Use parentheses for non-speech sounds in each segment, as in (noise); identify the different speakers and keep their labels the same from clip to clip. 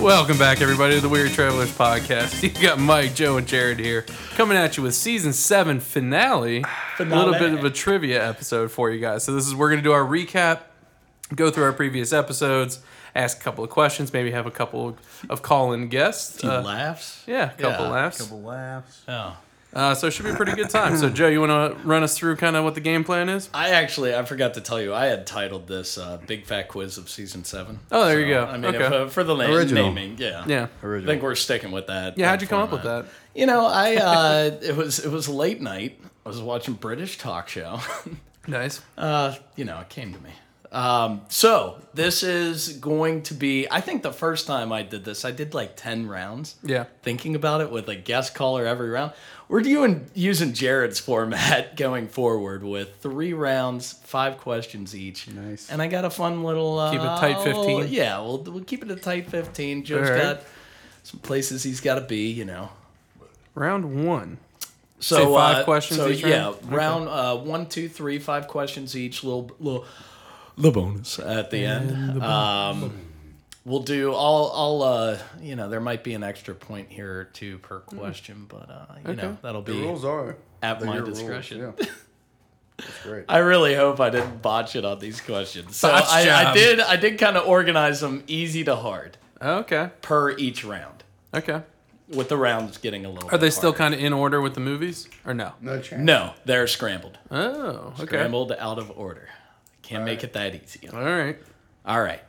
Speaker 1: Welcome back, everybody, to the Weird Travelers podcast. (laughs) You got Mike, Joe, and Jared here coming at you with season seven finale. A little bit of a trivia episode for you guys. So this is we're gonna do our recap, go through our previous episodes, ask a couple of questions, maybe have a couple of call-in guests.
Speaker 2: Few
Speaker 1: Uh,
Speaker 2: laughs.
Speaker 1: yeah, a couple
Speaker 2: Yeah,
Speaker 1: laughs.
Speaker 3: Couple laughs.
Speaker 2: Oh.
Speaker 1: Uh, so it should be a pretty good time.
Speaker 2: (laughs)
Speaker 1: So Joe, you want to run us through kind of what the game plan is?
Speaker 2: I actually, I forgot to tell you, I had titled this uh, "Big Fat Quiz of Season 7.
Speaker 1: Oh, there you go.
Speaker 2: I mean,
Speaker 1: Okay.
Speaker 2: if, uh, for the na-
Speaker 3: Original.
Speaker 2: naming, yeah,
Speaker 1: Yeah.
Speaker 2: I think we're sticking with that.
Speaker 1: Yeah, how'd you come up with
Speaker 2: Uh, format.
Speaker 1: that?
Speaker 2: You
Speaker 1: (laughs)
Speaker 2: know, I uh, it was it was late night. I was watching British talk show. (laughs)
Speaker 1: Nice.
Speaker 2: Uh, you know, it came to me. Um, so this is going to be, I think the first time I did this, I did like 10 rounds.
Speaker 1: Yeah.
Speaker 2: Thinking about it with a guest caller every round. We're doing, using Jared's format (laughs) going forward with three rounds, five questions each.
Speaker 3: Nice.
Speaker 2: And I got a fun little. Uh,
Speaker 1: Keep it tight 15?
Speaker 2: Yeah, we'll, we'll keep it a tight 15. Joe's
Speaker 1: All right.
Speaker 2: got some places he's got to be, you know.
Speaker 1: Round one.
Speaker 2: So
Speaker 1: Say five
Speaker 2: uh,
Speaker 1: questions
Speaker 2: So
Speaker 1: each
Speaker 2: yeah,
Speaker 1: round? Okay.
Speaker 2: round uh, one, two, three, five questions each. Little little the bonus at the end. um, we'll do. I'll I'll uh, you know there might be an extra point here or two per
Speaker 1: Hmm.
Speaker 2: question, but uh, you know that'll
Speaker 3: The
Speaker 2: be.
Speaker 3: rules are
Speaker 2: At
Speaker 3: they're
Speaker 2: my
Speaker 3: your rules,
Speaker 2: discretion.
Speaker 3: yeah. That's great.
Speaker 2: I really hope I didn't botch it on these questions. So
Speaker 1: Botch
Speaker 2: I,
Speaker 1: job.
Speaker 2: I did. I did kind of organize them easy to hard
Speaker 1: Okay.
Speaker 2: per each round,
Speaker 1: Okay.
Speaker 2: with the rounds getting a little.
Speaker 1: Are they still kind of in order with the movies or no?
Speaker 3: No chance.
Speaker 2: No, they're scrambled.
Speaker 1: Oh, okay.
Speaker 2: Scrambled out of order. Can't make it that easy.
Speaker 1: All right.
Speaker 2: All right.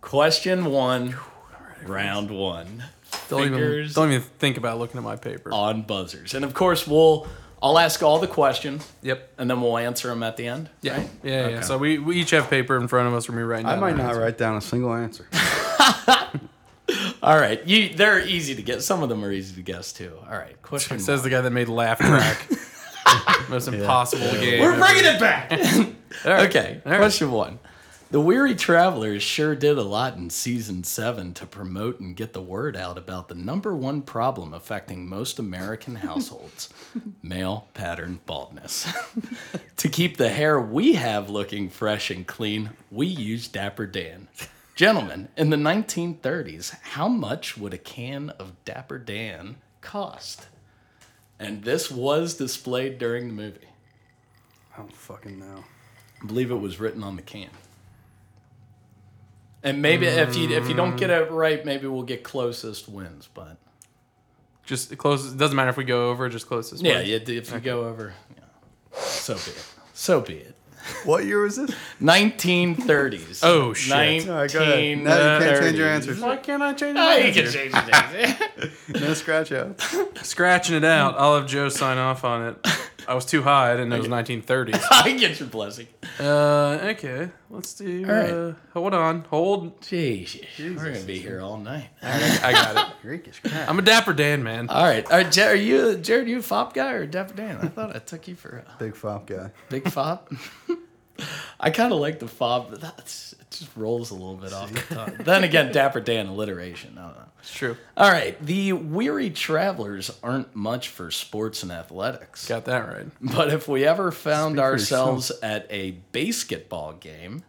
Speaker 2: Question one, round one.
Speaker 1: Don't even,
Speaker 2: Fingers. Oh.
Speaker 1: don't even think about looking at my paper.
Speaker 2: On buzzers. And of course, we'll I'll ask all the questions
Speaker 1: Yep.
Speaker 2: and then we'll answer them at the end.
Speaker 1: Yeah.
Speaker 2: right?
Speaker 1: Yeah. Yeah.
Speaker 2: Okay.
Speaker 1: So we, we each have paper in front of us when we write down.
Speaker 3: I might
Speaker 1: our
Speaker 3: not
Speaker 1: answers.
Speaker 3: write down a single answer.
Speaker 2: All right. You they're easy to guess. Some of them are easy to guess too. All right. Question one.
Speaker 1: Says the guy that made Laugh Track.
Speaker 3: (laughs)
Speaker 1: Most impossible game.
Speaker 2: We're bringing it back.
Speaker 1: All right.
Speaker 2: okay.
Speaker 1: All right.
Speaker 2: Question one. The Weary Travelers sure did a lot in season seven to promote and get the word out about the number one problem affecting
Speaker 1: (laughs)
Speaker 2: most American households male pattern baldness. (laughs) to keep the hair we have looking fresh and clean, we use Dapper Dan. Gentlemen, in the 1930s, how much would a can of Dapper Dan cost? And this was displayed during the movie.
Speaker 3: I don't fucking know.
Speaker 2: I believe it was written on the can. And maybe if you if you don't get it right, maybe we'll get closest wins. But
Speaker 1: Just close. It doesn't matter if we go over. Just close this.
Speaker 2: yeah,
Speaker 1: one.
Speaker 2: you, if you go over, yeah. so be it. So be it.
Speaker 3: What year was this?
Speaker 2: 1930s.
Speaker 1: Oh, shit.
Speaker 3: All right, go
Speaker 2: 1930s.
Speaker 3: ahead. Now you can't change your answers.
Speaker 1: Why can't I change?
Speaker 2: Oh,
Speaker 1: my
Speaker 2: you can
Speaker 1: answer?
Speaker 2: (laughs) change it.
Speaker 3: No scratch out.
Speaker 1: Scratching it out. I'll have Joe sign off on it. I was too high. I didn't know it was
Speaker 2: (laughs)
Speaker 1: 1930s.
Speaker 2: I get your blessing.
Speaker 1: Uh, okay. Let's do.
Speaker 2: right.
Speaker 1: Uh, hold on. Hold.
Speaker 2: Jeez, we're gonna be here all night.
Speaker 1: I got it.
Speaker 3: Greekish crap.
Speaker 1: I'm a dapper Dan, man.
Speaker 2: All right, all right. Jared, are you Jared? you a fop guy or a Dapper Dan? I thought I took you for a
Speaker 3: Big fop guy.
Speaker 2: big fop. (laughs) I kind of like the fob, but that's it just rolls a little bit off
Speaker 3: (laughs)
Speaker 2: the tongue. then again, Dapper Dan alliteration. I don't know.
Speaker 1: It's true.
Speaker 2: All right, the weary travelers aren't much for sports and athletics,
Speaker 1: Got that right.
Speaker 2: but if we ever found
Speaker 3: Speak for
Speaker 2: ourselves at a basketball game,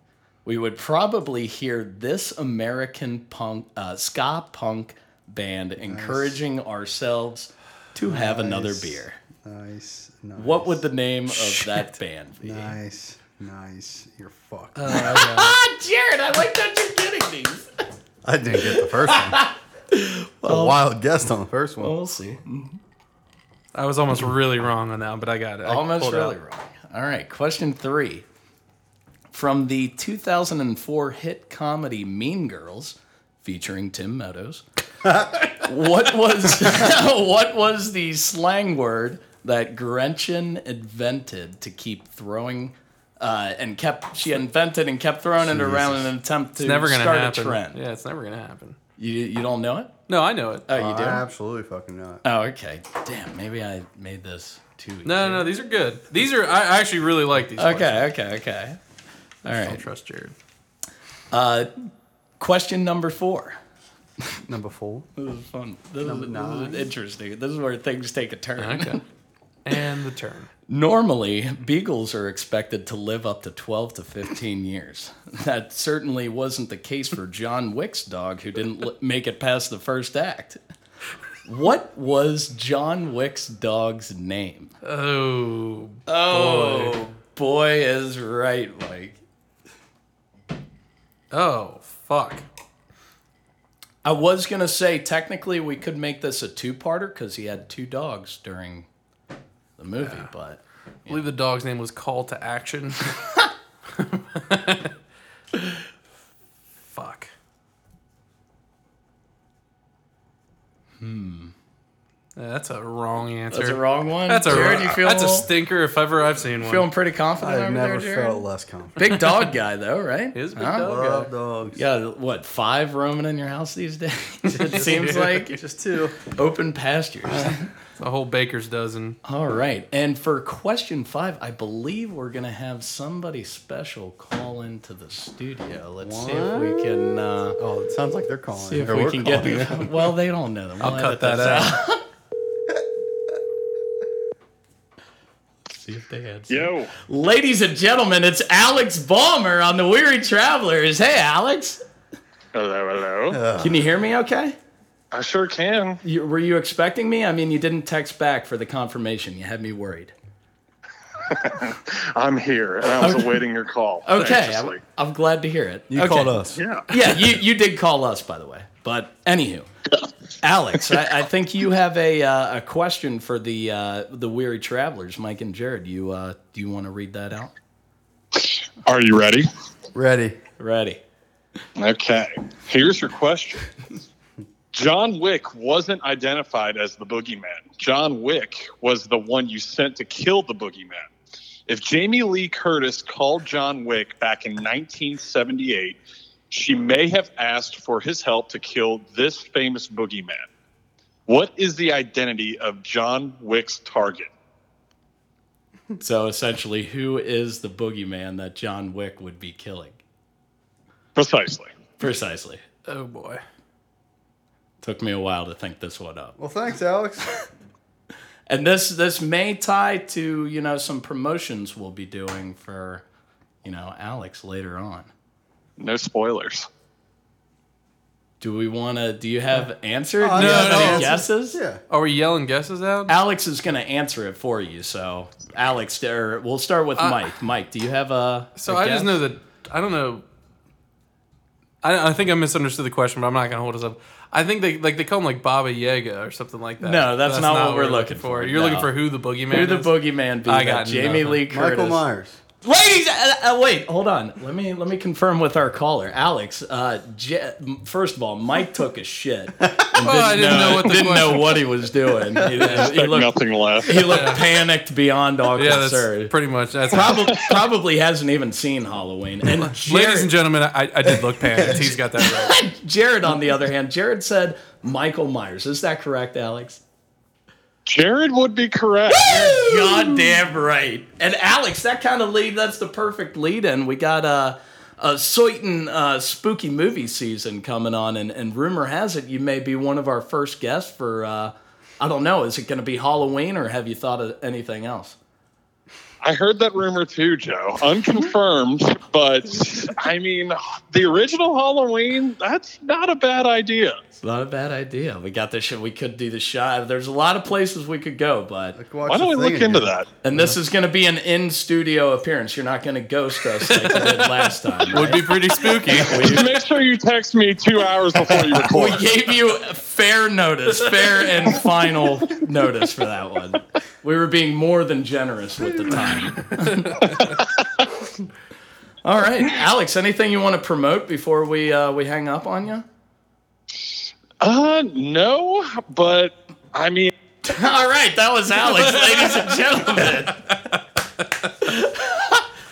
Speaker 2: we would probably hear this American punk, uh, ska punk band encouraging ourselves to have another
Speaker 3: Nice.
Speaker 2: beer.
Speaker 3: Nice. nice.
Speaker 2: What would the name of that band be?
Speaker 3: Nice. Nice. You're fucked.
Speaker 2: Ah, Jared, I like that you're getting these.
Speaker 3: (laughs) I didn't get the first one. a wild guess on the first one.
Speaker 2: We'll see.
Speaker 1: I was almost really wrong on that, one, but I got it. I
Speaker 2: Mm-hmm. Almost
Speaker 1: pulled
Speaker 2: really
Speaker 1: out.
Speaker 2: wrong. All right, question three. From the 2004 hit comedy Mean Girls, featuring
Speaker 1: (laughs)
Speaker 2: Tim Meadows, what was (laughs) what was the slang word that Gretchen invented to keep throwing? Uh, and kept she invented and kept throwing it around in an attempt to
Speaker 1: It's never gonna
Speaker 2: start
Speaker 1: happen.
Speaker 2: a trend.
Speaker 1: Yeah, it's never gonna happen.
Speaker 2: You you don't know it?
Speaker 1: No, I know it.
Speaker 2: Oh, you do.
Speaker 3: I absolutely fucking not.
Speaker 2: Oh, okay. Damn, maybe I made this too easy.
Speaker 1: No, no, no, these are good. These are. I I actually really like these. questions.
Speaker 2: Okay, okay, okay. All
Speaker 1: I
Speaker 2: right.
Speaker 1: trust Jared.
Speaker 2: Uh, question number four.
Speaker 3: Number four.
Speaker 2: This is fun. This,
Speaker 3: Number
Speaker 2: is, this is
Speaker 3: nine.
Speaker 2: interesting. This is where things take a turn.
Speaker 1: Okay. and the turn.
Speaker 2: (laughs) Normally, beagles are expected to live up to 12 to 15 years. (laughs) That certainly wasn't the case for John Wick's dog, who didn't li- make it past the first act. What was John Wick's dog's name?
Speaker 1: Oh,
Speaker 2: Oh, boy is right, Mike.
Speaker 1: oh, fuck.
Speaker 2: I was going to say, technically, we could make this a two parter because he had two dogs during the movie, but.
Speaker 1: I believe the dog's name was Call to Action. (laughs) fuck. Hmm. that's a wrong answer.
Speaker 2: That's a wrong one.
Speaker 1: That's a,
Speaker 2: Jared, you feel
Speaker 1: that's a stinker if ever I've seen one.
Speaker 2: feeling pretty confident
Speaker 3: I've
Speaker 2: over
Speaker 3: never
Speaker 2: there, Jared?
Speaker 3: felt less confident.
Speaker 2: Big dog guy though, right?
Speaker 1: He is a big
Speaker 2: Huh?
Speaker 1: dog.
Speaker 3: Love dogs.
Speaker 2: Yeah, what five roaming in your house these
Speaker 1: (laughs)
Speaker 2: days? It seems like
Speaker 3: Just two.
Speaker 1: (laughs)
Speaker 2: open pastures.
Speaker 1: A whole baker's dozen.
Speaker 2: All right, and for question five, I believe we're gonna have somebody special call into the studio. Let's see if we can uh,
Speaker 3: Oh, it sounds like they're calling.
Speaker 2: see if
Speaker 3: Or
Speaker 2: we
Speaker 3: we're
Speaker 2: can
Speaker 3: calling.
Speaker 2: get. (laughs) Well, they don't know them. We'll
Speaker 1: I'll cut
Speaker 2: edit
Speaker 1: that
Speaker 2: this
Speaker 1: out.
Speaker 2: See if they had.
Speaker 4: Yo,
Speaker 2: Ladies and gentlemen, it's Alex Balmer on the Weary Travelers. Hey, Alex,
Speaker 4: hello, hello.
Speaker 2: can you hear me? Okay.
Speaker 4: Uh, I sure can.
Speaker 2: You, were you expecting me? I mean, you didn't text back for the confirmation. You had me worried.
Speaker 4: I'm here, and I was awaiting your call.
Speaker 2: Okay, I'm,
Speaker 4: anxiously.
Speaker 2: I'm glad to hear it.
Speaker 3: You
Speaker 2: okay.
Speaker 3: called us.
Speaker 4: Yeah.
Speaker 2: (laughs) Yeah, you, you did call us, by the way. But anywho, Alex, I, I think you have a uh, a question for the uh, the weary travelers, Mike and Jared. You uh, do you want to read that out?
Speaker 4: Are you ready?
Speaker 3: Ready.
Speaker 2: Ready?
Speaker 4: Okay. Here's your question. John Wick wasn't identified as the boogeyman. John Wick was the one you sent to kill the boogeyman. If Jamie Lee Curtis called John Wick back in 1978, she may have asked for his help to kill this famous boogeyman. What is the identity of John Wick's target?
Speaker 2: So essentially, who is the boogeyman that John Wick would be killing?
Speaker 4: Precisely.
Speaker 2: Precisely.
Speaker 1: Oh boy.
Speaker 2: Took me a while to think this one up.
Speaker 3: Well, thanks, Alex.
Speaker 2: And this this may tie to you know some promotions we'll be doing for you know Alex later on.
Speaker 4: No spoilers.
Speaker 2: Do we want to? Do you have answer?
Speaker 3: Oh,
Speaker 2: do you
Speaker 1: yeah, Uh,
Speaker 2: have
Speaker 1: no,
Speaker 2: any
Speaker 1: answer.
Speaker 2: guesses?
Speaker 3: yeah.
Speaker 1: Are we yelling guesses out?
Speaker 2: Alex is going to answer it for you. So Alex, or we'll start with Mike. Mike, do you have a?
Speaker 1: Uh, So
Speaker 2: a
Speaker 1: I
Speaker 2: guess?
Speaker 1: just know that I don't know. I, I think I misunderstood the question, but I'm not gonna hold us up. I think they like they call him like Baba Yaga or something like that.
Speaker 2: No, that's not what we're looking for,
Speaker 1: You're looking
Speaker 2: no.
Speaker 1: for who the boogeyman.
Speaker 2: who the
Speaker 1: is?
Speaker 2: boogeyman be?
Speaker 1: I
Speaker 2: I
Speaker 1: got
Speaker 2: got Jamie
Speaker 1: nothing.
Speaker 2: Lee Curtis.
Speaker 3: Michael Myers.
Speaker 2: Ladies, uh, uh, wait, hold on. Let me let me confirm with our caller, Alex. Uh, J- m- first of all, Mike took a shit. And
Speaker 1: Well, (laughs) Oh, I didn't know what the
Speaker 2: didn't
Speaker 1: question.
Speaker 2: know what he
Speaker 1: (laughs)
Speaker 2: was doing. He, he looked,
Speaker 4: Nothing left.
Speaker 2: he looked panicked beyond all
Speaker 1: Yeah, that's
Speaker 2: concern.
Speaker 1: pretty much that's.
Speaker 2: Probably, probably hasn't even seen Halloween. And Jared,
Speaker 1: Ladies and gentlemen, I, I did look panicked. He's got that right.
Speaker 2: Jared, on the other hand, Jared said Michael Myers. Is that correct, Alex?
Speaker 4: Jared would be correct.
Speaker 2: God damn right. And Alex, that kind of lead, that's the perfect lead in. We got a, a Soitin uh, spooky movie season coming on, and, and rumor has it you may be one of our first guests for, uh, I don't know, is it going to be Halloween or have you thought of anything else?
Speaker 4: I heard that rumor too, Joe. Unconfirmed, but I mean, the original Halloween, that's not a bad idea.
Speaker 2: It's not a bad idea. We got this shit. We could do the shot. There's a lot of places we could go, but.
Speaker 3: Watch
Speaker 4: Why don't we
Speaker 3: the thing
Speaker 4: look into
Speaker 3: again.
Speaker 4: that?
Speaker 2: And this is going to be an in studio appearance. You're not going to ghost us like you did last time.
Speaker 1: Would be pretty spooky.
Speaker 2: (laughs)
Speaker 1: Uh,
Speaker 4: Make sure you text me two hours before you
Speaker 2: We (laughs)
Speaker 4: record.
Speaker 2: gave you fair notice, fair and final notice for that one. We were being more than generous with the time. (laughs) All right, Alex. Anything you want to promote before we uh, we hang up on you?
Speaker 4: Uh, no, but I mean,
Speaker 2: All right, that was (laughs) Alex, ladies and gentlemen.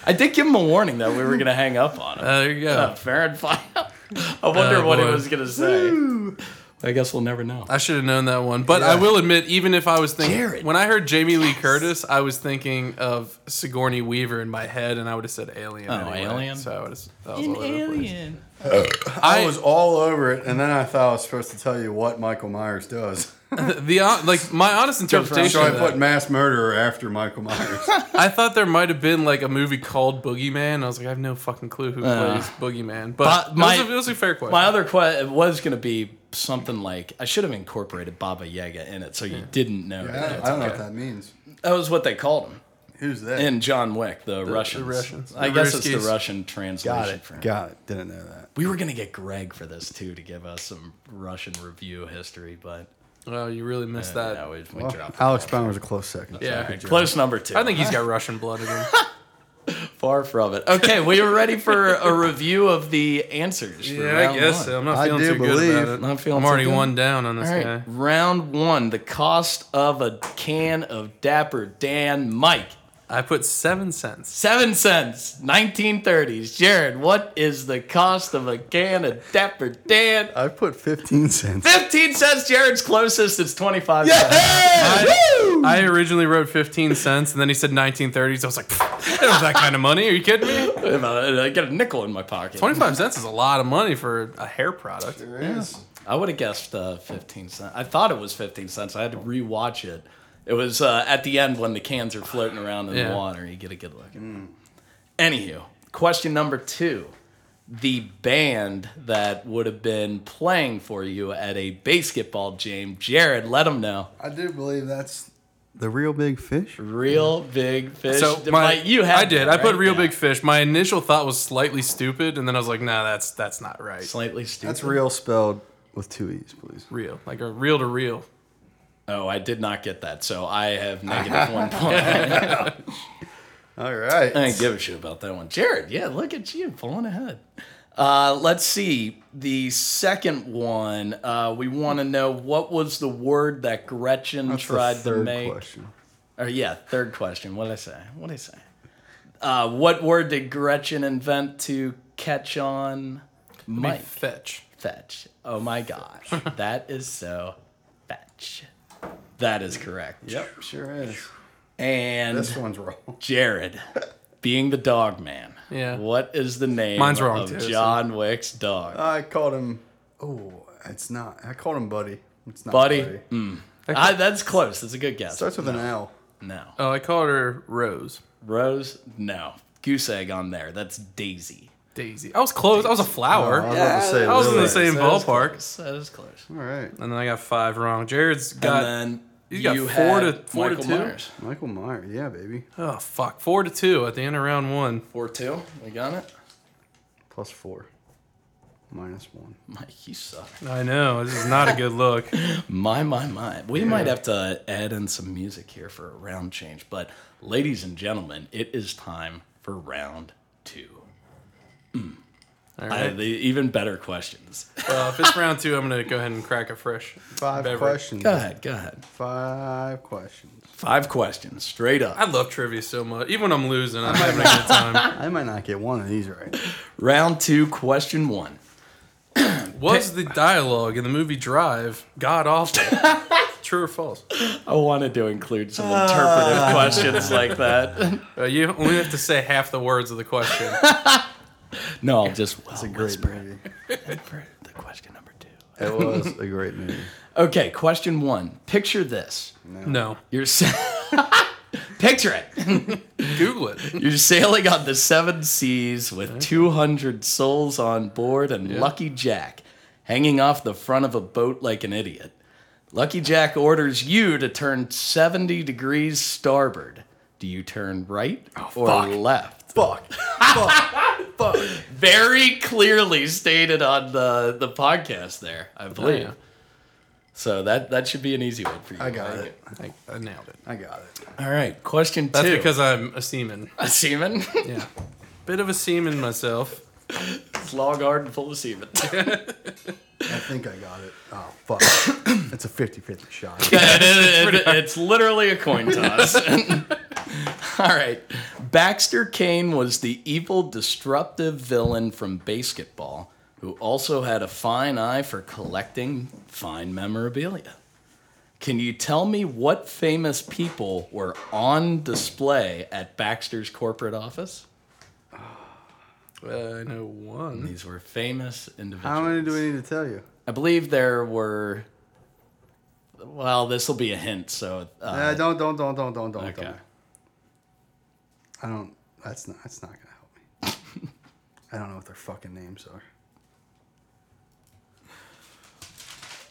Speaker 2: I did give him a warning that we were going to hang up on him.
Speaker 1: Uh, there you
Speaker 2: Uh,
Speaker 1: go.
Speaker 2: fair and final. I wonder
Speaker 1: Oh,
Speaker 2: what he
Speaker 1: boy.
Speaker 2: was going to say. I guess we'll never know.
Speaker 1: I should have known that one. But I will admit, even if I was thinking,
Speaker 2: Jared.
Speaker 1: when I heard Jamie Lee Curtis, I was thinking of Sigourney Weaver in my head, and I would have said Alien. Oh,
Speaker 2: Alien.
Speaker 1: So I would have. That was all over the place.
Speaker 3: I was all over it, and then I thought I was supposed to tell you what Michael Myers does.
Speaker 1: the uh, like my honest interpretation.
Speaker 3: So I
Speaker 1: of
Speaker 3: put
Speaker 1: that,
Speaker 3: mass murderer after Michael (laughs) Myers.
Speaker 1: I thought there might have been like a movie called Boogeyman. I was like, I have no fucking clue who
Speaker 2: Uh.
Speaker 1: plays Boogeyman, but,
Speaker 2: But my-
Speaker 1: it, was a, it was a fair question.
Speaker 2: My other question was going to be something like I should have incorporated Baba Yaga in it, so
Speaker 3: Hmm.
Speaker 2: you didn't know.
Speaker 3: I don't, I don't know what that means.
Speaker 2: That was what they called him
Speaker 3: Who's that?
Speaker 2: in John Wick, the, Russians.
Speaker 1: Russians.
Speaker 2: I
Speaker 1: The
Speaker 2: guess it's the
Speaker 1: Ruskies.
Speaker 2: Russian translation.
Speaker 3: Got it.
Speaker 2: for him.
Speaker 3: Got it. Didn't know that.
Speaker 2: We were going to get Greg for this too to give us some Russian review history, but
Speaker 1: well, Oh, you really missed
Speaker 2: uh,
Speaker 1: that.
Speaker 2: no, we, we
Speaker 3: Well,
Speaker 2: dropped. it.
Speaker 3: Alex Brown was a close second.
Speaker 1: Yeah.
Speaker 3: Sorry, Joe.
Speaker 2: Close number two.
Speaker 1: I think he's got Russian blood in him.
Speaker 2: (laughs) far from it. Okay, we are ready for a review of the answers. For
Speaker 1: yeah, I
Speaker 2: round
Speaker 1: guess
Speaker 2: one.
Speaker 1: so. I'm not
Speaker 3: I
Speaker 1: feeling
Speaker 3: do
Speaker 1: too good
Speaker 3: believe-
Speaker 1: about it.
Speaker 2: Not feeling
Speaker 1: I'm already
Speaker 2: too good.
Speaker 1: one down on this
Speaker 2: All right,
Speaker 1: guy.
Speaker 2: round one: the cost of a can of Dapper Dan Mike.
Speaker 1: I put seven cents.
Speaker 2: Seven cents, 1930s. Jared, what is the cost of a can of Dapper Dan?
Speaker 3: I put 15 cents.
Speaker 2: 15 cents, Jared's closest. It's 25 cents.
Speaker 3: Woo!
Speaker 1: I originally wrote 15 cents, and then he said 1930s. I was like, "Pfft, it was that kind of money? Are you kidding me?
Speaker 2: I got a nickel in my pocket.
Speaker 1: 25 cents is a lot of money for a hair product.
Speaker 2: I would have guessed uh, 15 cents. I thought it was 15 cents. I had to rewatch it. It was uh, at the end when the cans are floating around in
Speaker 1: Yeah.
Speaker 2: the water. You get a good look. at them. Anywho, question number two. The band that would have been playing for you at a basketball game, Jared, let them know.
Speaker 3: I do believe that's the real big fish.
Speaker 2: Real big fish.
Speaker 1: So
Speaker 2: Mike,
Speaker 1: my,
Speaker 2: you had
Speaker 1: I did.
Speaker 2: that,
Speaker 1: I put
Speaker 2: right?
Speaker 1: real
Speaker 2: Yeah.
Speaker 1: big fish. My initial thought was slightly stupid, and then I was like, nah, that's that's not right.
Speaker 2: Slightly stupid.
Speaker 3: That's real spelled with two E's, please.
Speaker 1: real, like a real to real.
Speaker 2: Oh, I did not get that. So I (laughs) have negative one point.
Speaker 3: All right.
Speaker 2: I didn't give a shit about that one. Jared, yeah, look at you pulling ahead. Uh, let's see. The second one, uh, we want to know what was the word that Gretchen
Speaker 3: That's the
Speaker 2: tried to
Speaker 3: third
Speaker 2: make?
Speaker 3: question.
Speaker 2: Or yeah, third question. What did I say? What did I say? Uh, what word did Gretchen invent to catch on Mike?
Speaker 1: Fetch.
Speaker 2: Fetch. Oh
Speaker 1: (laughs)
Speaker 2: my gosh. that is so fetch. That is correct.
Speaker 3: Yep, sure is.
Speaker 2: And
Speaker 3: This one's wrong.
Speaker 2: Jared, being the dog man.
Speaker 1: Yeah.
Speaker 2: What is the name
Speaker 1: Mine's wrong,
Speaker 2: of
Speaker 1: too, so-
Speaker 2: John Wick's dog?
Speaker 3: I called him. Oh, it's not. I called him Buddy. It's not
Speaker 2: Buddy? mm.
Speaker 3: Buddy.
Speaker 2: I, that's close. That's a good guess.
Speaker 3: Starts with an L.
Speaker 2: No.
Speaker 1: Oh, I called her Rose.
Speaker 2: Rose? No. Goose egg on there. That's Daisy.
Speaker 1: Daisy. I was close. I was a flower.
Speaker 3: I was about to say
Speaker 1: I was in the
Speaker 3: Lily.
Speaker 1: same
Speaker 2: That is
Speaker 1: ballpark.
Speaker 2: close. That is close.
Speaker 3: All right.
Speaker 1: And then I got five wrong. Jared's got.
Speaker 2: and then
Speaker 1: he's got
Speaker 2: you
Speaker 1: four
Speaker 2: had
Speaker 1: to- four to
Speaker 2: Michael
Speaker 1: two?
Speaker 2: Myers.
Speaker 3: Michael Myers. Yeah, baby.
Speaker 1: Oh fuck! Four to two at the end of round one.
Speaker 2: Four two. We got it.
Speaker 3: Plus four. Minus one.
Speaker 2: Mike, you suck.
Speaker 1: I know this is not a good look.
Speaker 2: My my my. We might have to add in some music here for a round change, but ladies and gentlemen, it is time for round two.
Speaker 1: All
Speaker 2: (laughs) I,
Speaker 1: right.
Speaker 2: the even better questions.
Speaker 1: Well, if it's round two, I'm gonna go ahead and crack a fresh.
Speaker 3: Five
Speaker 1: beverage.
Speaker 2: (laughs)
Speaker 3: questions.
Speaker 2: Go ahead, go ahead.
Speaker 3: Five questions.
Speaker 2: Five questions, straight
Speaker 1: I
Speaker 2: up.
Speaker 1: love trivia so much. Even when I'm losing, I'm having a good time.
Speaker 2: (laughs)
Speaker 3: I might not get one of these right.
Speaker 2: Round two, question one.
Speaker 1: Was the dialogue in the movie Drive god awful?
Speaker 2: (laughs)
Speaker 1: True or false?
Speaker 2: I wanted to include some interpretive questions like that.
Speaker 1: Uh, you only have to say half the words of the question.
Speaker 2: (laughs) No, I'll just well,
Speaker 3: It's a great
Speaker 2: whisper
Speaker 3: movie.
Speaker 2: it for the question number two.
Speaker 3: It was a great movie.
Speaker 2: Okay, question one. Picture this.
Speaker 1: No,
Speaker 2: You're sa- (laughs) picture it.
Speaker 1: Google it.
Speaker 2: You're sailing on the seven seas with 200 souls on board and Lucky Jack hanging off the front of a boat like an idiot. Lucky Jack orders you to turn 70 degrees starboard. Do you turn right or left?
Speaker 3: Oh, Fuck.
Speaker 2: Very clearly stated on the, the podcast there,
Speaker 3: Oh,
Speaker 2: I believe.
Speaker 1: yeah.
Speaker 2: So that, that should be an easy one for you.
Speaker 3: I got it.
Speaker 1: I, I nailed it.
Speaker 3: I got it.
Speaker 2: All right, question
Speaker 1: That's
Speaker 2: two.
Speaker 1: because I'm a seaman.
Speaker 2: (laughs) a
Speaker 3: (laughs)
Speaker 2: seaman.
Speaker 1: Yeah, bit of a seaman myself.
Speaker 2: it's log garden full of seamen.
Speaker 3: I think I got it. Oh, fuck. it's a 50 50 shot.
Speaker 2: It- it- it- it's literally a (laughs) coin toss. All right. Baxter Kane was the evil, disruptive villain from basketball who also had a fine eye for collecting fine memorabilia. Can you tell me what famous people were on display at Baxter's corporate office?
Speaker 1: Uh, I know one.
Speaker 2: These were famous individuals.
Speaker 3: How many do we need to tell you?
Speaker 2: I believe there were well, this will be a hint. So, uh,
Speaker 3: Uh, don't, don't, don't, don't, don't, don't.
Speaker 2: okay.
Speaker 3: don't. I don't. That's not. That's not gonna help me.
Speaker 2: (laughs)
Speaker 3: I don't know what their fucking names are.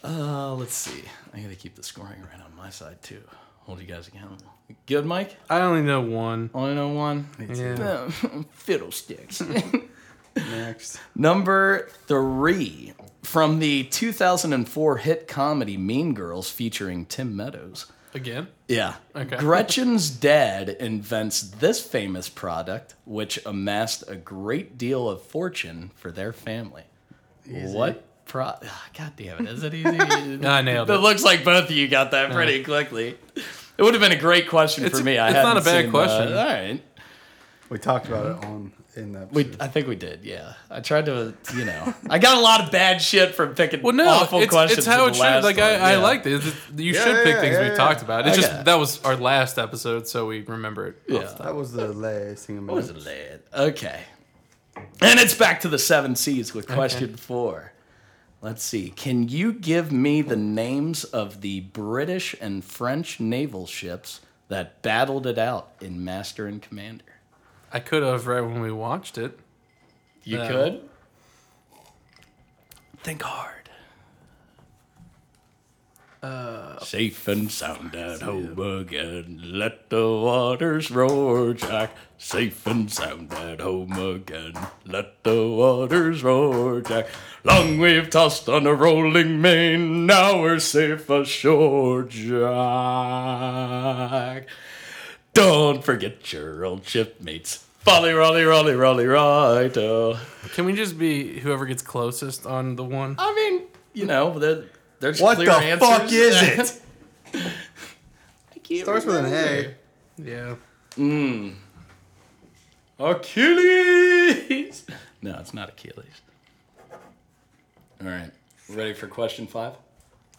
Speaker 2: Uh, let's see. I got to keep the scoring right on my side too. Hold you guys accountable. Good, Mike.
Speaker 1: I only know one.
Speaker 2: Only know one.
Speaker 1: Yeah.
Speaker 2: Uh, Fiddlesticks.
Speaker 3: Next.
Speaker 2: (laughs) Number three from the 2004 hit comedy Mean Girls featuring Tim Meadows.
Speaker 1: Again?
Speaker 2: Yeah.
Speaker 1: Okay.
Speaker 2: Gretchen's dad invents this famous product, which amassed a great deal of fortune for their family. What pro? God damn it! Is it easy?
Speaker 1: I nailed
Speaker 2: It
Speaker 1: it.
Speaker 2: looks like both of you got that pretty quickly. It would have been a great question
Speaker 1: It's-
Speaker 2: for me. I
Speaker 1: it's not a
Speaker 2: hadn't
Speaker 1: bad
Speaker 2: seen, uh,
Speaker 1: question.
Speaker 2: all right.
Speaker 3: We talked about it on in that.
Speaker 2: Mm-hmm. We, I think we did, yeah. I tried to, you know, I got a lot of bad shit from picking
Speaker 1: Well, no,
Speaker 2: awful
Speaker 1: it's,
Speaker 2: questions.
Speaker 1: it's how
Speaker 2: in
Speaker 1: it
Speaker 2: the
Speaker 1: should.
Speaker 2: last
Speaker 1: Like I,
Speaker 2: one,
Speaker 1: I
Speaker 2: yeah.
Speaker 1: liked it. It's- You
Speaker 3: Yeah,
Speaker 1: should
Speaker 3: yeah,
Speaker 1: pick things
Speaker 3: yeah,
Speaker 1: we
Speaker 3: yeah.
Speaker 1: talked about. It's
Speaker 2: I got
Speaker 1: just
Speaker 2: it.
Speaker 1: that was our last episode, so we remember it.
Speaker 2: Yeah.
Speaker 1: Yeah.
Speaker 3: that was the last thing.
Speaker 2: What was it, lad? Okay, and it's back to the seven C's with question four. Let's see. Can you give me the names of the British and French naval ships that battled it out in Master and Commander?
Speaker 1: I could have right when we watched it.
Speaker 2: You
Speaker 1: No.
Speaker 2: could. Think hard. Uh, Safe and sound at home again. Let the waters roar, Jack. Safe and sound at home again. Let the waters roar, Jack. Long we've tossed on a rolling main. Now we're safe ashore, Jack. Don't forget your old shipmates. Folly, rolly, rolly, rolly, righto.
Speaker 1: Can we just be whoever gets closest on the one?
Speaker 2: I mean, you know, there, there's
Speaker 3: What
Speaker 2: clear
Speaker 3: the
Speaker 2: answers.
Speaker 3: fuck is it?
Speaker 2: I can't
Speaker 3: Starts with an A.
Speaker 1: Yeah.
Speaker 2: (laughs) Achilles. (laughs) No, it's not Achilles. All right, ready for question five?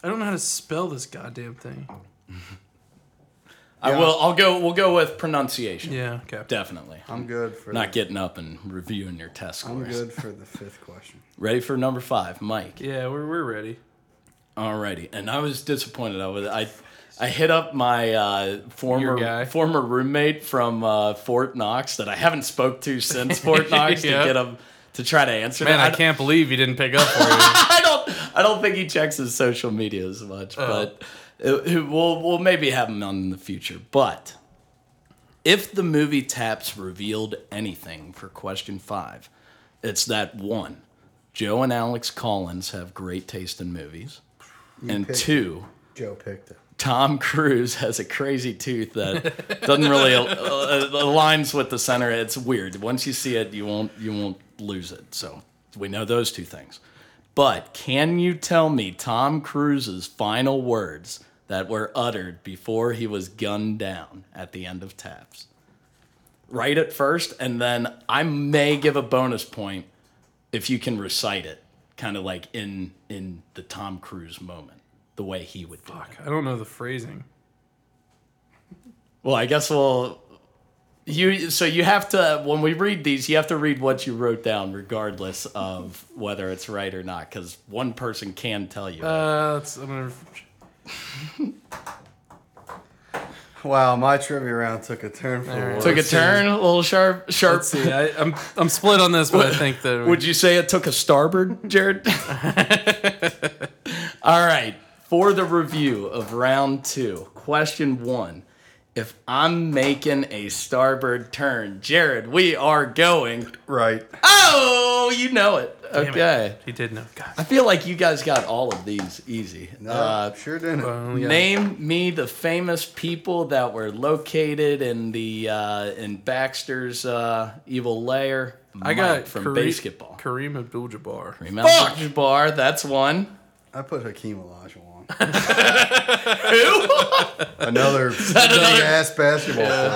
Speaker 1: I don't know how to spell this goddamn thing.
Speaker 2: I will. I'll go. We'll go with pronunciation.
Speaker 1: Yeah. Okay.
Speaker 2: Definitely.
Speaker 3: I'm good for.
Speaker 2: Not
Speaker 3: the,
Speaker 2: getting up and reviewing your test
Speaker 3: I'm
Speaker 2: scores.
Speaker 3: good for the fifth question.
Speaker 2: Ready for number five, Mike.
Speaker 1: Yeah, we're, we're ready.
Speaker 2: Alrighty, and I was disappointed. I was I, I hit up my uh,
Speaker 1: Your guy.
Speaker 2: former former roommate from uh, Fort Knox that I haven't spoke to since
Speaker 3: (laughs)
Speaker 2: Fort Knox
Speaker 1: Yeah.
Speaker 2: to get him to try to answer.
Speaker 1: Man,
Speaker 2: it.
Speaker 1: I
Speaker 2: d-
Speaker 1: can't believe you didn't pick up for it.
Speaker 2: (laughs) I don't. I don't think he checks his social media as much, but it- it- we'll we'll maybe have him on in the future. But if the movie Taps revealed anything for question five, it's that one, Joe and Alex Collins have great taste in movies, and
Speaker 3: picked-
Speaker 2: two.
Speaker 3: Joe picked it.
Speaker 2: Tom Cruise has a crazy tooth that doesn't really al- uh, aligns with the center. It's weird. Once you see it, you won't you won't lose it. So we know those two things. But can you tell me Tom Cruise's final words that were uttered before he was gunned down at the end of Taps? Write it first, and then I may give a bonus point if you can recite it, kind of like in in the Tom Cruise moment, the way he would. do it.
Speaker 1: Fuck, I don't know the phrasing.
Speaker 2: Well, I guess we'll. You so you have to when we read these, you have to read what you wrote down, regardless of whether it's right or not, because one person can tell you.
Speaker 1: Uh, that's, I'm gonna,
Speaker 3: Wow, my trivia round took a turn for the
Speaker 1: Alright.
Speaker 3: worse.
Speaker 2: took a turn, a little sharp, sharp.
Speaker 1: let's see. I, I'm I'm split on this, but I think that
Speaker 2: Would you say it took a starboard, Jared?
Speaker 1: (laughs)
Speaker 2: (laughs) All right. For the review of round two, question one. If I'm making a starboard turn, Jared, we are going.
Speaker 3: right.
Speaker 2: Oh, you know it.
Speaker 1: Damn it.
Speaker 2: Okay.
Speaker 1: He did know.
Speaker 2: I
Speaker 1: God.
Speaker 2: feel like you guys got all of these easy.
Speaker 3: No,
Speaker 2: Uh,
Speaker 3: sure didn't.
Speaker 1: Well, yeah.
Speaker 2: Name me the famous people that were located in the uh, in Baxter's uh, evil lair.
Speaker 1: I got
Speaker 2: from
Speaker 1: Kare-
Speaker 2: basketball.
Speaker 1: Kareem Abdul-Jabbar.
Speaker 2: Kareem Abdul-Jabbar, that's one.
Speaker 3: I put Hakeem
Speaker 2: (laughs)
Speaker 3: Olajuwon.
Speaker 2: Who? (laughs)
Speaker 3: Another big ass basketball player.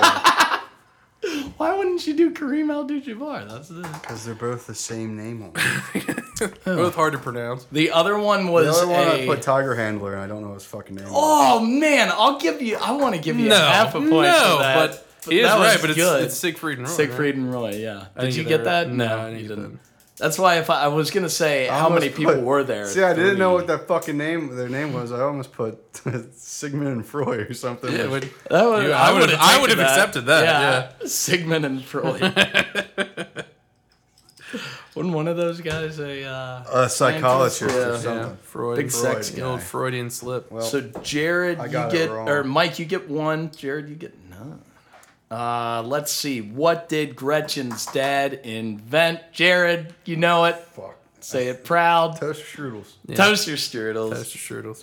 Speaker 2: Why wouldn't you do Kareem Abdul-Jabbar? That's the.
Speaker 3: Because they're both the same name on it.
Speaker 1: Both hard to pronounce.
Speaker 2: The other one was
Speaker 3: The other one
Speaker 2: a.
Speaker 3: I put Tiger Handler and I don't know his fucking name.
Speaker 2: oh man, I'll give you. I want to give you
Speaker 1: No,
Speaker 2: half a point.
Speaker 1: no,
Speaker 2: for that.
Speaker 1: but he is
Speaker 2: that was
Speaker 1: right. But it's,
Speaker 2: good.
Speaker 1: it's Siegfried and Roy.
Speaker 2: Siegfried and Roy. Yeah. Did
Speaker 1: didn't
Speaker 2: you
Speaker 1: get
Speaker 2: get
Speaker 1: that
Speaker 2: that?
Speaker 1: right. No, I
Speaker 2: No,
Speaker 1: didn't
Speaker 2: you
Speaker 1: get
Speaker 2: didn't. That's why if I, I was gonna say how many
Speaker 3: almost
Speaker 2: people
Speaker 3: put-
Speaker 2: were there.
Speaker 3: See, I did didn't know
Speaker 2: Three.
Speaker 3: what that fucking name their name was. I almost put (laughs) Sigmund and Freud or something.
Speaker 1: It
Speaker 2: (laughs)
Speaker 1: would-
Speaker 2: That would-
Speaker 1: You- I would've-
Speaker 2: would've
Speaker 1: I would've
Speaker 2: taken
Speaker 1: accepted that,
Speaker 2: Sigmund and
Speaker 3: (laughs)
Speaker 2: Freud. Wasn't one of those guys a uh,
Speaker 3: a psychologist or
Speaker 2: scientist?
Speaker 3: something.
Speaker 1: yeah, Freud,
Speaker 2: Big
Speaker 1: Freud,
Speaker 2: sex
Speaker 1: the old
Speaker 3: guy.
Speaker 1: Freudian slip.
Speaker 2: Yeah. So Jared,
Speaker 3: I
Speaker 2: you
Speaker 3: got it
Speaker 2: get
Speaker 3: wrong.
Speaker 2: or Mike, you get one. Jared, you get none. Uh, let's see. What did Gretchen's dad invent? Jared, you know it.
Speaker 3: Fuck.
Speaker 2: Say it proud.
Speaker 3: (laughs) Toaster strudels.
Speaker 1: Yeah.
Speaker 2: Toaster strudels.
Speaker 1: Toaster strudels.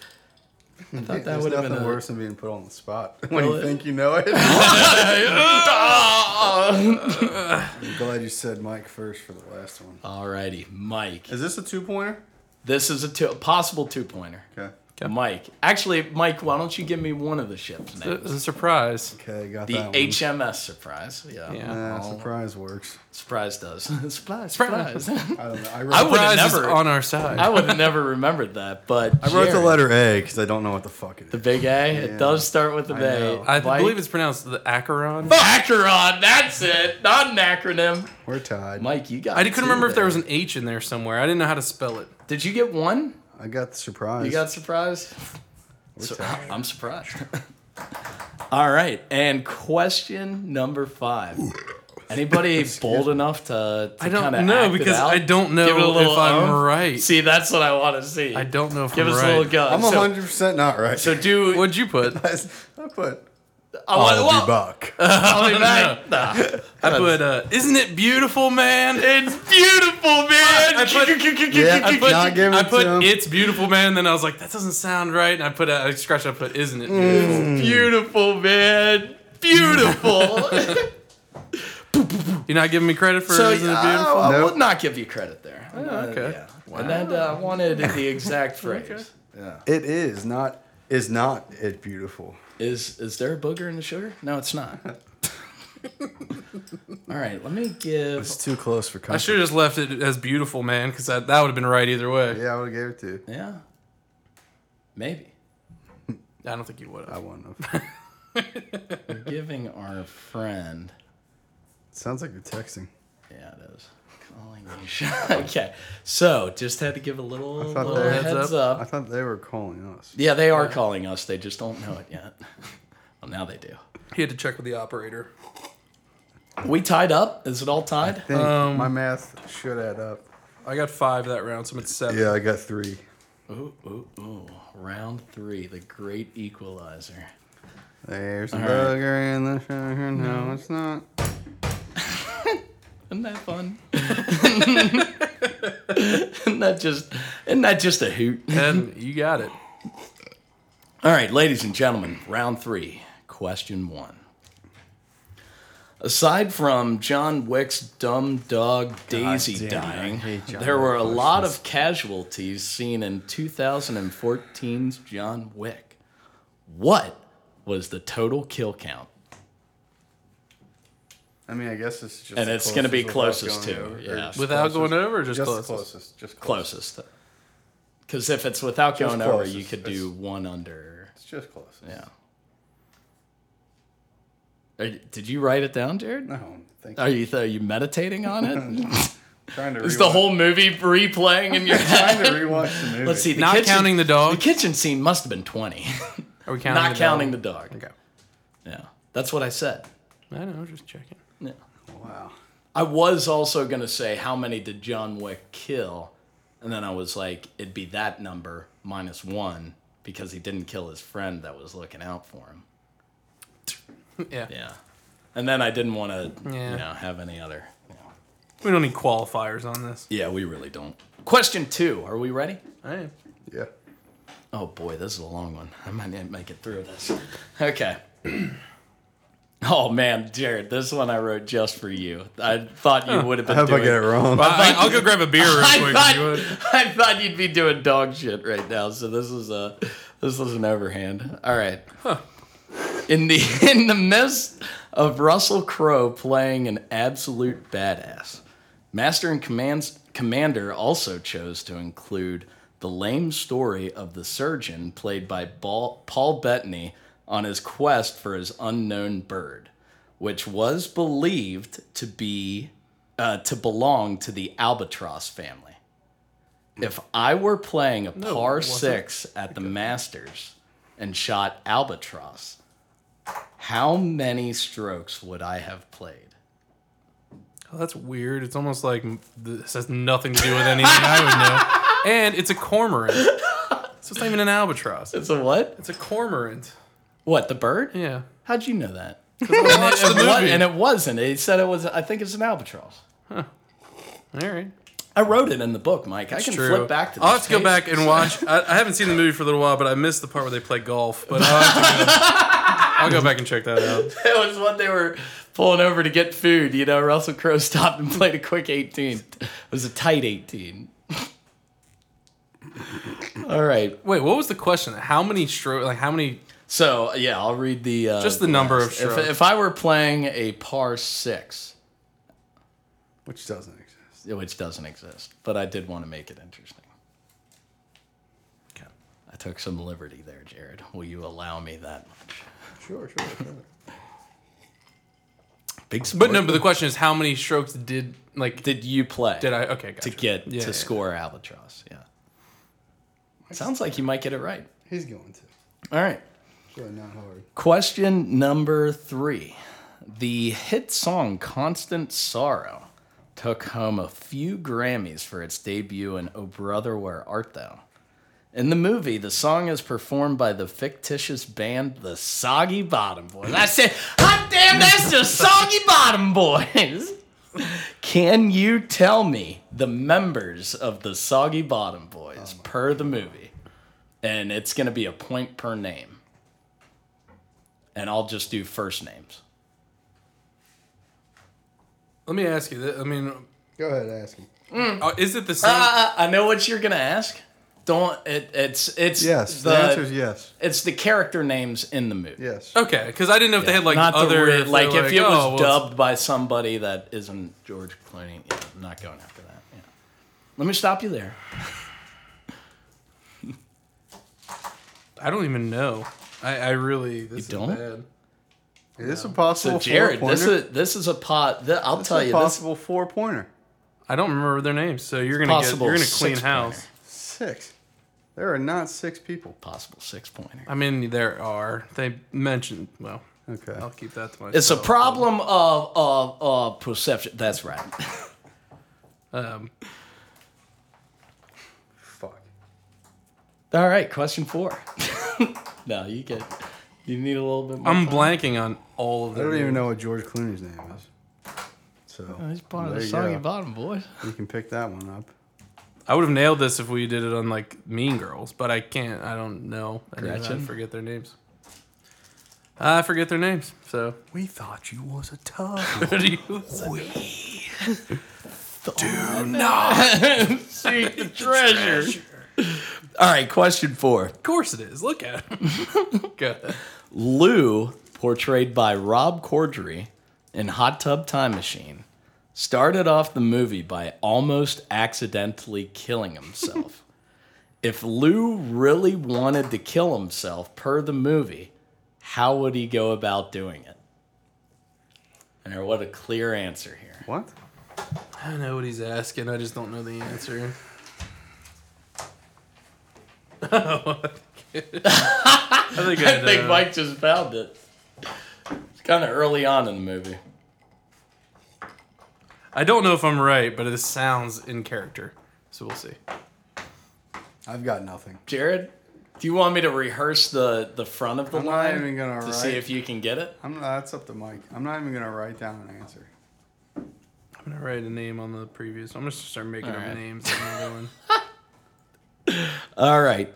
Speaker 2: I thought that
Speaker 3: There's
Speaker 2: would have been
Speaker 3: nothing
Speaker 2: a,
Speaker 3: worse than being put on the spot (laughs) when you
Speaker 2: Really?
Speaker 3: think
Speaker 2: (laughs)
Speaker 3: you know it. (laughs) I'm glad you said Mike first for the last one.
Speaker 2: Alrighty, Mike.
Speaker 3: Is this a two pointer?
Speaker 2: This is a, two, a possible two pointer.
Speaker 3: Okay.
Speaker 1: Okay.
Speaker 2: Mike, actually, Mike, why don't you give me one of the ships now?
Speaker 1: It's a surprise.
Speaker 3: Okay, got
Speaker 2: The Oh.
Speaker 3: that one.
Speaker 2: HMS surprise. Yeah.
Speaker 1: Yeah.
Speaker 3: Nah, surprise works.
Speaker 2: Surprise
Speaker 1: (laughs)
Speaker 2: does. surprise.
Speaker 1: Surprise.
Speaker 2: Surprise. (laughs)
Speaker 3: I don't know. I wrote,
Speaker 2: I would have
Speaker 1: Surprise is
Speaker 2: never.
Speaker 1: on our side.
Speaker 2: I would have never remembered that, but
Speaker 3: I wrote the
Speaker 2: Jared,
Speaker 3: letter A because I don't know what the fuck it
Speaker 2: The
Speaker 3: is.
Speaker 2: big A.
Speaker 3: Yeah.
Speaker 2: It does start with the
Speaker 3: I
Speaker 2: B.
Speaker 3: know.
Speaker 1: I believe it's pronounced the Acheron.
Speaker 2: Acheron. That's it. Not an acronym.
Speaker 3: We're tied.
Speaker 2: Mike, you got.
Speaker 1: I couldn't
Speaker 2: two
Speaker 1: remember if there was an H in there somewhere. I didn't know how to spell it.
Speaker 2: Did you get one?
Speaker 3: I got the surprise.
Speaker 2: You got surprised.
Speaker 3: We're
Speaker 2: So-
Speaker 3: tied.
Speaker 2: I'm surprised. (laughs) All right, and question number five.
Speaker 1: (laughs)
Speaker 2: Anybody bold enough to, to
Speaker 1: I don't
Speaker 2: kind of
Speaker 1: know because I don't know
Speaker 2: Give it a little
Speaker 1: if I'm
Speaker 2: um.
Speaker 1: right.
Speaker 2: see that's what I want to see.
Speaker 1: I don't know if
Speaker 2: Give
Speaker 1: I'm
Speaker 2: us
Speaker 1: right.
Speaker 2: a little go.
Speaker 3: I'm
Speaker 2: so,
Speaker 3: 100% not right. (laughs)
Speaker 2: So do
Speaker 1: What'd you
Speaker 2: (laughs)
Speaker 1: put?
Speaker 3: I put
Speaker 2: I want
Speaker 3: I'll
Speaker 2: well,
Speaker 3: be
Speaker 2: (laughs)
Speaker 3: back.
Speaker 2: I'll be back. Nah.
Speaker 1: I put, uh, isn't it beautiful, man?
Speaker 2: It's beautiful, man.
Speaker 1: I put-
Speaker 3: Yeah,
Speaker 1: I put,
Speaker 3: Not giving
Speaker 1: I
Speaker 3: it
Speaker 1: put
Speaker 3: to him.
Speaker 1: it's beautiful, man. Then I was like, that doesn't sound right. And I put, uh, I scratched. I put, isn't it? Beautiful?
Speaker 3: Mm.
Speaker 2: beautiful, man.
Speaker 1: (laughs)
Speaker 2: Beautiful.
Speaker 1: You're not giving me credit for
Speaker 2: So
Speaker 1: isn't
Speaker 2: yeah,
Speaker 1: it beautiful?
Speaker 2: I, I
Speaker 3: Nope.
Speaker 2: will not give you credit there.
Speaker 1: okay.
Speaker 2: Yeah. And then uh, I wanted the exact phrase.
Speaker 3: It is not. Is not it beautiful?
Speaker 2: Is is there a booger in the sugar? No, it's
Speaker 3: (laughs)
Speaker 2: not. All right, let me give.
Speaker 3: It's too close for comfort.
Speaker 1: I should have just left it as beautiful, man, because that, that would have been right either way.
Speaker 3: Yeah, I would have gave it to. you.
Speaker 2: Yeah, maybe
Speaker 1: I don't think you would
Speaker 3: I
Speaker 1: have.
Speaker 2: (laughs)
Speaker 3: wouldn't have.
Speaker 2: we're giving our friend.
Speaker 3: Sounds like you're texting.
Speaker 2: Yeah, it is. Calling (laughs) you. shot. okay, so just had to give a little,
Speaker 3: thought
Speaker 2: little
Speaker 3: they were-
Speaker 2: heads,
Speaker 1: Heads
Speaker 2: up.
Speaker 3: I thought they were calling us.
Speaker 2: Yeah, they are calling us. They just don't know it yet. (laughs) well, now they do.
Speaker 1: He had to check with the operator.
Speaker 2: We tied up. Is it all tied?
Speaker 3: I think
Speaker 2: Um,
Speaker 3: my math should add up.
Speaker 1: I got five that round, so I'm at seven.
Speaker 3: Yeah, I got three.
Speaker 2: (laughs) Ooh, ooh, ooh. Round three, the great equalizer.
Speaker 3: There's a
Speaker 2: right.
Speaker 3: booger in the sugar. No, it's not.
Speaker 2: Isn't that fun? (laughs) isn't that just isn't that just a hoot?
Speaker 1: Ed, you got it.
Speaker 2: All right, ladies and gentlemen, round three, question one. Aside from John Wick's dumb dog Daisy
Speaker 3: damn it, I
Speaker 2: dying,
Speaker 3: hate John
Speaker 2: there
Speaker 3: Wick
Speaker 2: were a lot of casualties seen in 2014's John Wick. What was the total kill count?
Speaker 3: I mean, I guess it's just.
Speaker 2: And
Speaker 3: the
Speaker 2: it's gonna be closest
Speaker 3: without
Speaker 2: to,
Speaker 3: going over.
Speaker 2: yeah.
Speaker 3: Or just
Speaker 1: Without
Speaker 3: closest.
Speaker 1: going over, or just,
Speaker 3: Just the
Speaker 1: close.
Speaker 3: closest. Just close.
Speaker 2: Closest. Because if it's without
Speaker 3: Just
Speaker 2: going over,
Speaker 3: closest.
Speaker 2: you could do one under.
Speaker 3: It's just closest.
Speaker 2: Yeah. Are you- did you write it down, Jared?
Speaker 3: No, I'm thinking.
Speaker 2: Are you are you meditating on
Speaker 3: (laughs)
Speaker 2: it?
Speaker 3: trying to.
Speaker 2: Is
Speaker 3: It's
Speaker 2: the whole movie replaying (laughs) in your head?
Speaker 3: Trying to rewatch the movie.
Speaker 2: Let's see. The
Speaker 1: Not
Speaker 2: kitchen-
Speaker 1: counting the
Speaker 2: The
Speaker 1: dog.
Speaker 2: kitchen scene must have been twenty. (laughs)
Speaker 1: Are we counting?
Speaker 2: Not
Speaker 1: the
Speaker 2: counting the
Speaker 1: dog?
Speaker 2: dog.
Speaker 1: Okay.
Speaker 2: Yeah, that's what I said.
Speaker 1: I know. Just checking.
Speaker 2: Yeah.
Speaker 3: Wow.
Speaker 2: I was also gonna say how many did John Wick kill, and then I was like, it'd be that number minus one because he didn't kill his friend that was looking out for him.
Speaker 1: (laughs) Yeah.
Speaker 2: Yeah. And then I didn't want to,
Speaker 1: Yeah.
Speaker 2: you know, have any other. you know.
Speaker 1: We don't need qualifiers on this.
Speaker 2: Yeah, we really don't. Question two. Are we ready?
Speaker 1: I am.
Speaker 3: Yeah.
Speaker 2: Oh boy, this is a long one. I might not make it through this. (laughs) Okay. (clears throat) Oh man, Jared, this one I wrote just for you. I thought you would have
Speaker 3: I
Speaker 2: been.
Speaker 3: hope I
Speaker 2: doing,
Speaker 3: get it wrong.
Speaker 1: I, I'll go grab a beer real
Speaker 2: (laughs) I
Speaker 1: quick. if you would.
Speaker 2: thought, I thought you'd be doing dog shit right now. So this is a this was an overhand. All right. In the (laughs) in the midst of Russell Crowe playing an absolute badass, Master and Commands, Commander also chose to include the lame story of the surgeon played by Paul, Paul Bettany on his quest for his unknown bird, which was believed to be uh, to belong to the albatross family. If I were playing a
Speaker 1: No, it
Speaker 2: par
Speaker 1: wasn't.
Speaker 2: six at the Masters and shot albatross, how many strokes would I have played?
Speaker 1: Oh, that's weird. It's almost like m- this has nothing to do with
Speaker 2: (laughs)
Speaker 1: anything I would know. And it's a cormorant. So it's not even an albatross.
Speaker 2: It's a what?
Speaker 1: It's a cormorant.
Speaker 2: What the bird?
Speaker 1: Yeah.
Speaker 2: How'd you know that?
Speaker 1: I watched the
Speaker 2: It wa-
Speaker 1: movie.
Speaker 2: and it wasn't. It said it was. I think it's an albatross.
Speaker 1: All right.
Speaker 2: I wrote it in the book, Mike. I can
Speaker 1: True.
Speaker 2: flip back to.
Speaker 1: I'll have
Speaker 2: these
Speaker 1: to go back
Speaker 2: pages.
Speaker 1: and watch. I, I haven't seen the movie for a little while, but I missed the part where they play golf. But I'll, have
Speaker 2: (laughs)
Speaker 1: to go, I'll go back and check that out.
Speaker 2: That was when they were pulling over to get food. You know, Russell Crowe stopped and played a quick 18. It was a tight 18. (laughs) All right.
Speaker 1: Wait, what was the question? How many stroke? Like how many?
Speaker 2: So, yeah, I'll read the. Uh,
Speaker 1: Just the number of
Speaker 2: last.
Speaker 1: strokes.
Speaker 2: If, if I were playing a par six,
Speaker 3: which doesn't exist.
Speaker 2: which doesn't exist, but I did want to make it interesting. Okay. I took some liberty there, Jared. Will you allow me that much?
Speaker 3: Sure, sure, sure.
Speaker 2: Big sport.
Speaker 1: But no, but the question is how many strokes did like did,
Speaker 2: did you play?
Speaker 1: I? Okay, gotcha.
Speaker 2: to get
Speaker 1: Yeah,
Speaker 2: to
Speaker 1: yeah,
Speaker 2: score albatross. Yeah. Sounds like you might get it right.
Speaker 3: He's going to.
Speaker 2: All right.
Speaker 3: Sure, not hard.
Speaker 2: Question number three. The hit song Constant Sorrow took home a few Grammys for its debut in Oh Brother Where Art Thou. In the movie, the song is performed by the fictitious band The Soggy Bottom Boys. I said, hot damn, that's the Soggy Bottom Boys! Can you tell me the members of the Soggy Bottom Boys per the movie? And it's going to be a point per name and I'll just do first names.
Speaker 1: Let me ask you. thi- I mean,
Speaker 3: Go ahead, ask him.
Speaker 1: uh, is it the same?
Speaker 2: Uh, I know what you're gonna ask. Don't it, it's it's
Speaker 3: Yes,
Speaker 2: the,
Speaker 3: the, answer is yes.
Speaker 2: it's the character names in the movie.
Speaker 3: Yes.
Speaker 1: okay, because I didn't know if they had like
Speaker 2: Not
Speaker 1: other
Speaker 2: the, re-
Speaker 1: they
Speaker 2: like
Speaker 1: were
Speaker 2: if it was
Speaker 1: oh, well, it's-
Speaker 2: dubbed by somebody that isn't George Clooney. Yeah, I'm not going after that. Yeah. Let me stop you there.
Speaker 1: I don't even know. I, I really this is
Speaker 2: don't?
Speaker 1: bad.
Speaker 3: Is this a possible
Speaker 2: So Jared,
Speaker 3: four pointer?
Speaker 2: this is this is a pot. Th- I'll tell you, this
Speaker 3: possible four pointer.
Speaker 1: I don't remember their names, so you're gonna get,
Speaker 2: possible
Speaker 1: you're gonna clean
Speaker 2: six-pointer.
Speaker 1: house.
Speaker 3: Six. There are not six people.
Speaker 2: possible six pointer.
Speaker 1: I mean, there are they mentioned. Well,
Speaker 3: Okay.
Speaker 1: I'll keep that to myself.
Speaker 2: It's a problem of of of perception. That's right. (laughs)
Speaker 1: Um,
Speaker 3: Fuck.
Speaker 2: All right, question four. (laughs) no, you get. You need a little bit more.
Speaker 1: I'm blanking on all of
Speaker 3: I
Speaker 1: them.
Speaker 3: don't even know what George Clooney's name is. So
Speaker 2: Oh, He's part of
Speaker 3: there
Speaker 2: the
Speaker 3: you
Speaker 2: Soggy
Speaker 3: go.
Speaker 2: Bottom Boys.
Speaker 3: You can pick that one up.
Speaker 1: I would have nailed this if we did it on like Mean Girls, but I can't. I don't know. I don't know. I
Speaker 2: Gretchen?
Speaker 1: forget their names. I forget their names. So
Speaker 3: We thought
Speaker 1: (laughs)
Speaker 3: you was a tough.
Speaker 1: what do you
Speaker 2: Seek the treasure. All right, question four.
Speaker 1: Of course it is. Look at it. (laughs) Good.
Speaker 2: Lou, portrayed by Rob Corddry in Hot Tub Time Machine, started off the movie by almost accidentally killing (laughs) himself. if Lou really wanted to kill himself per the movie, how would he go about doing it? And what a clear answer here.
Speaker 3: What?
Speaker 1: I know what he's asking. I just don't know the answer. (laughs) I think I,
Speaker 2: I think
Speaker 1: know.
Speaker 2: Mike just found it. It's kind of early on in the movie.
Speaker 1: I don't know if I'm right, but it sounds in character. So we'll see.
Speaker 3: I've got nothing.
Speaker 2: Jared, do you want me to rehearse the the front of the
Speaker 3: I'm not
Speaker 2: line
Speaker 3: even gonna
Speaker 2: to
Speaker 3: write.
Speaker 2: see if you can get it?
Speaker 3: I'm that's up to Mike. I'm not even gonna write down an answer.
Speaker 1: I'm gonna write a name on the previous. I'm gonna start making up
Speaker 2: Alright.
Speaker 1: names. and I'm going-
Speaker 2: All right.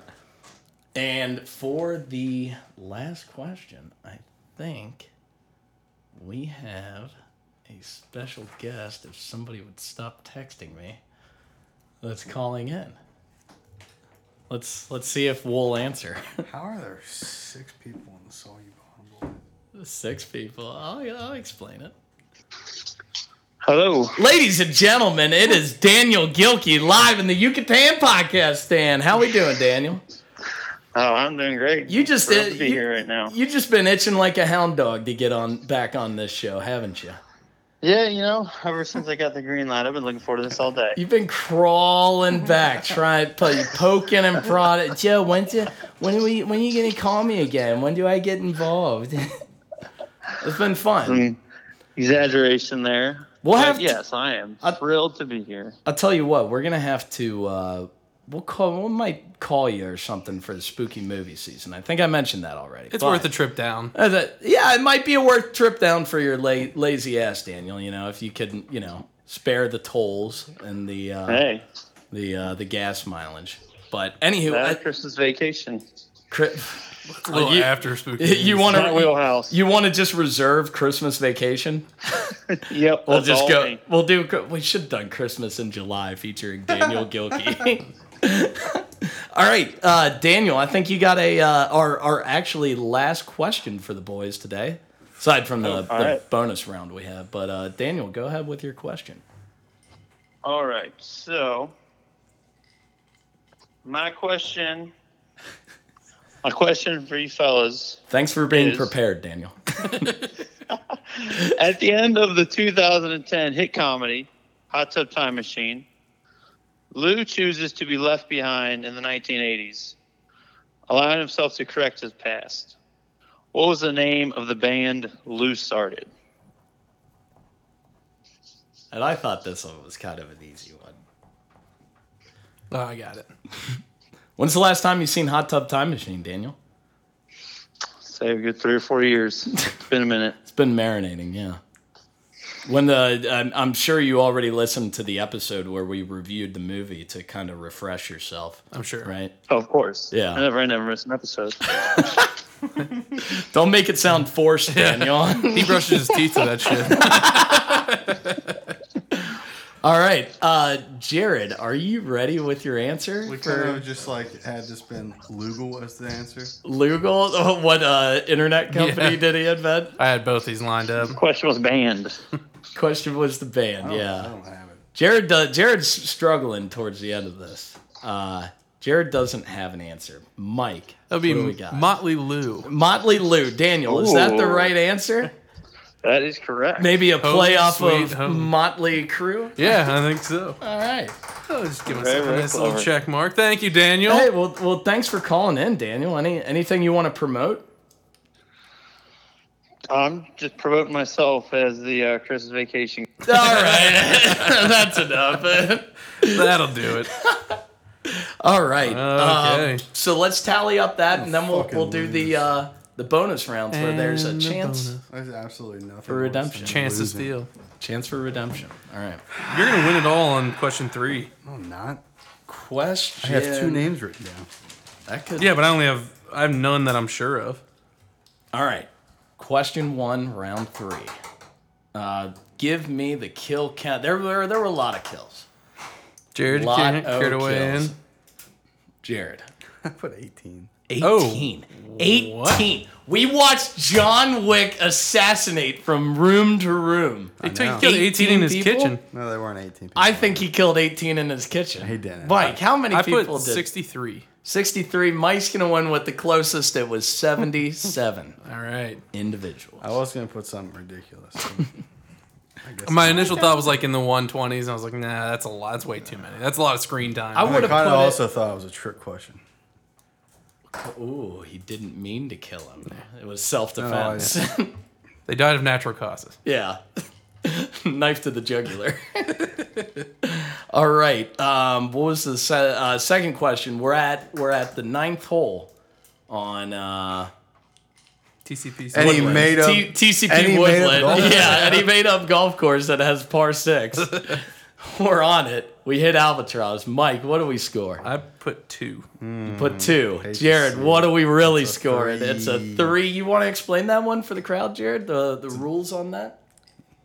Speaker 2: And for the last question, I think we have a special guest. If somebody would stop texting me, that's calling in. Let's let's see if we'll answer. (laughs)
Speaker 3: How are there six people in the Soggy Bottom?
Speaker 2: Six people. I'll, I'll explain it.
Speaker 4: Hello.
Speaker 2: Ladies and gentlemen, it is Daniel Gilkey live in the Yucatan podcast stand. How we doing, Daniel?
Speaker 4: Oh, I'm doing great.
Speaker 2: You just
Speaker 4: Thrilled
Speaker 2: uh,
Speaker 4: to be
Speaker 2: you,
Speaker 4: here right now.
Speaker 2: You just been itching like a hound dog to get on back on this show, haven't you?
Speaker 5: Yeah, you know, ever since I got the green light, I've been looking forward to this all day.
Speaker 2: You've been crawling
Speaker 4: (laughs)
Speaker 2: back, trying, play, poking and prodding. Joe, when do, when are we, when are you gonna call me again? When do I get involved? (laughs) it's been
Speaker 5: I
Speaker 4: Mm,
Speaker 2: fun.
Speaker 5: mean, exaggeration there.
Speaker 2: We'll
Speaker 4: uh,
Speaker 5: But
Speaker 2: have to-
Speaker 5: yes, I am
Speaker 2: I-
Speaker 5: thrilled to be here.
Speaker 2: I'll tell you what, we're gonna have to. Uh, we'll call. We might call you or something for the spooky movie season. I think I mentioned that already.
Speaker 1: (laughs) It's
Speaker 2: but-
Speaker 1: worth a trip (laughs) down.
Speaker 2: As a- Uh, yeah, it might be a worth trip down for your la- lazy ass, Daniel. You know, if you could, you know, spare the tolls and the uh,
Speaker 5: Hey,
Speaker 2: the uh, the gas mileage. But anywho,
Speaker 5: that
Speaker 2: I,
Speaker 5: Christmas vacation.
Speaker 2: Chri-
Speaker 1: It's a little
Speaker 2: you-
Speaker 1: after (laughs) spooky.
Speaker 2: you want
Speaker 5: My
Speaker 2: to
Speaker 5: wheelhouse.
Speaker 2: you want to just reserve Christmas vacation?
Speaker 5: Yep.
Speaker 2: We'll
Speaker 5: that's
Speaker 2: just
Speaker 5: all
Speaker 2: go.
Speaker 5: me.
Speaker 2: We'll do. We should have done Christmas in July featuring Daniel
Speaker 5: (laughs)
Speaker 2: Gilkey. (laughs) All right, uh, Daniel. I think you got a uh, our our actually last question for the boys today, aside from the,
Speaker 5: Oh, all
Speaker 2: the
Speaker 5: right.
Speaker 2: bonus round we have. But uh, Daniel, go ahead with your question.
Speaker 5: All right. So, my question, my question for you fellas,
Speaker 2: Thanks for being
Speaker 5: Is-
Speaker 2: prepared, Daniel. (laughs)
Speaker 5: at the end of the 2010 hit comedy Hot Tub Time Machine, Lou chooses to be left behind in the 1980s, allowing himself to correct his past. What was the name of the band Lou started?
Speaker 2: And I thought this one was kind of an easy one.
Speaker 1: Oh, I got it.
Speaker 2: When's the last time you seen Hot Tub Time Machine, Daniel?
Speaker 5: Say a good three or four years. It's been a
Speaker 2: (laughs)
Speaker 5: minute.
Speaker 2: It's been marinating, yeah. When the I'm, I'm sure you already listened to the episode where we reviewed the movie to kind of refresh yourself,
Speaker 1: I'm sure.
Speaker 2: right?
Speaker 5: Oh, of course.
Speaker 2: Yeah.
Speaker 5: I never, I never miss an episode.
Speaker 2: Don't make it sound (laughs) forced, Daniel.
Speaker 1: He brushes his teeth with that
Speaker 2: (laughs)
Speaker 1: shit.
Speaker 2: All right, uh, Jared, are you ready with your answer
Speaker 3: We kind
Speaker 2: for
Speaker 3: of just like had this been Lugal as the answer.
Speaker 2: Lugal? (laughs) Oh, What uh, internet company
Speaker 1: Yeah.
Speaker 2: did he invent?
Speaker 1: I had both these lined up.
Speaker 5: Question was banned.
Speaker 2: Question was the band,
Speaker 3: I don't-
Speaker 2: yeah.
Speaker 3: I don't have it.
Speaker 2: Jared does, Jared's struggling towards the end of this. Uh, Jared doesn't have an answer. Mike,
Speaker 1: That'd
Speaker 2: what do we
Speaker 1: be
Speaker 2: got?
Speaker 1: Motley Lou.
Speaker 2: Motley Lou, Daniel, is that the
Speaker 5: Ooh.
Speaker 2: right answer?
Speaker 1: (laughs)
Speaker 5: That is correct.
Speaker 2: Maybe a
Speaker 1: Home
Speaker 2: playoff
Speaker 1: sweet
Speaker 2: of
Speaker 1: home.
Speaker 2: Motley Crew.
Speaker 1: Yeah, I think so.
Speaker 2: All right.
Speaker 1: Oh, just give
Speaker 5: Very,
Speaker 1: myself a
Speaker 5: very
Speaker 1: nice little
Speaker 5: clever.
Speaker 1: check mark. Thank you, Daniel.
Speaker 2: Hey, well, well, thanks for calling in, Daniel. Any anything you want to promote? (laughs)
Speaker 5: I'm just promoting myself as the uh, Christmas vacation.
Speaker 2: All right, that's enough. (laughs)
Speaker 1: That'll do (laughs) it.
Speaker 2: All right. um,
Speaker 1: Okay.
Speaker 2: so let's tally up that, and then we'll
Speaker 3: fucking
Speaker 2: we'll do the uh, the bonus rounds where there's a
Speaker 1: And the
Speaker 2: chance
Speaker 1: bonus.
Speaker 3: There's absolutely nothing.
Speaker 2: for redemption.
Speaker 1: Chance to
Speaker 3: Losing.
Speaker 1: steal.
Speaker 2: Chance for redemption. All right.
Speaker 1: You're gonna win it all on question three.
Speaker 3: No, I'm not. I
Speaker 2: Question.
Speaker 3: have two names written down.
Speaker 2: That could.
Speaker 1: Yeah, but I only have I have none that I'm sure of.
Speaker 2: All right. Question one, round three. Uh, give me the kill count. There were there were a lot of kills.
Speaker 1: Jared
Speaker 2: Lot
Speaker 1: can't
Speaker 2: of
Speaker 1: care to weigh
Speaker 2: kills.
Speaker 1: in.
Speaker 2: Jared.
Speaker 3: (laughs) I put 18.
Speaker 1: Oh.
Speaker 2: 18. 18. We watched John Wick assassinate from room to room.
Speaker 1: He took
Speaker 3: know.
Speaker 1: he killed 18 in his
Speaker 2: 18 people?
Speaker 1: kitchen.
Speaker 3: No, they weren't 18. People.
Speaker 2: I think he killed 18 in his kitchen.
Speaker 3: He didn't.
Speaker 2: Mike, how many
Speaker 1: I put
Speaker 2: people did?
Speaker 1: 63.
Speaker 2: 63. Mike's going to win with the closest. It
Speaker 1: (laughs)
Speaker 2: was 77
Speaker 1: All right.
Speaker 2: individuals.
Speaker 1: Oh.
Speaker 3: I was gonna put something
Speaker 2: (laughs)
Speaker 3: ridiculous. I guess
Speaker 1: My initial thought was like in the 120s, and I was like, nah, that's a lot. That's way too many. That's a lot of screen time.
Speaker 2: I
Speaker 3: I
Speaker 2: would
Speaker 3: kind
Speaker 2: have
Speaker 3: of
Speaker 2: put it-
Speaker 3: also thought it was a trick question.
Speaker 2: Ooh, he didn't mean to kill him. It was self defense.
Speaker 1: Oh,
Speaker 2: (laughs)
Speaker 1: they died of natural causes.
Speaker 2: yeah. (laughs) Knife to the jugular. (laughs) All right. Um, what was the se- uh, second question? We're at we're at the ninth hole on uh,
Speaker 1: TCP.
Speaker 3: Any
Speaker 1: Woodland.
Speaker 3: made up
Speaker 2: T- TCP
Speaker 3: and he made up golf
Speaker 2: Woodland. (laughs)
Speaker 3: course.
Speaker 2: Yeah, and he made up golf course that has par
Speaker 3: (laughs)
Speaker 2: six. we're on it. We hit Albatross. Mike, what do we score?
Speaker 1: I put two.
Speaker 2: Put two.
Speaker 3: Mm, to
Speaker 2: Jared,
Speaker 3: see
Speaker 2: what do we really
Speaker 3: It's a
Speaker 2: score? It's a
Speaker 3: three.
Speaker 2: three. You want to explain that one for the crowd, Jared? The the rules on that?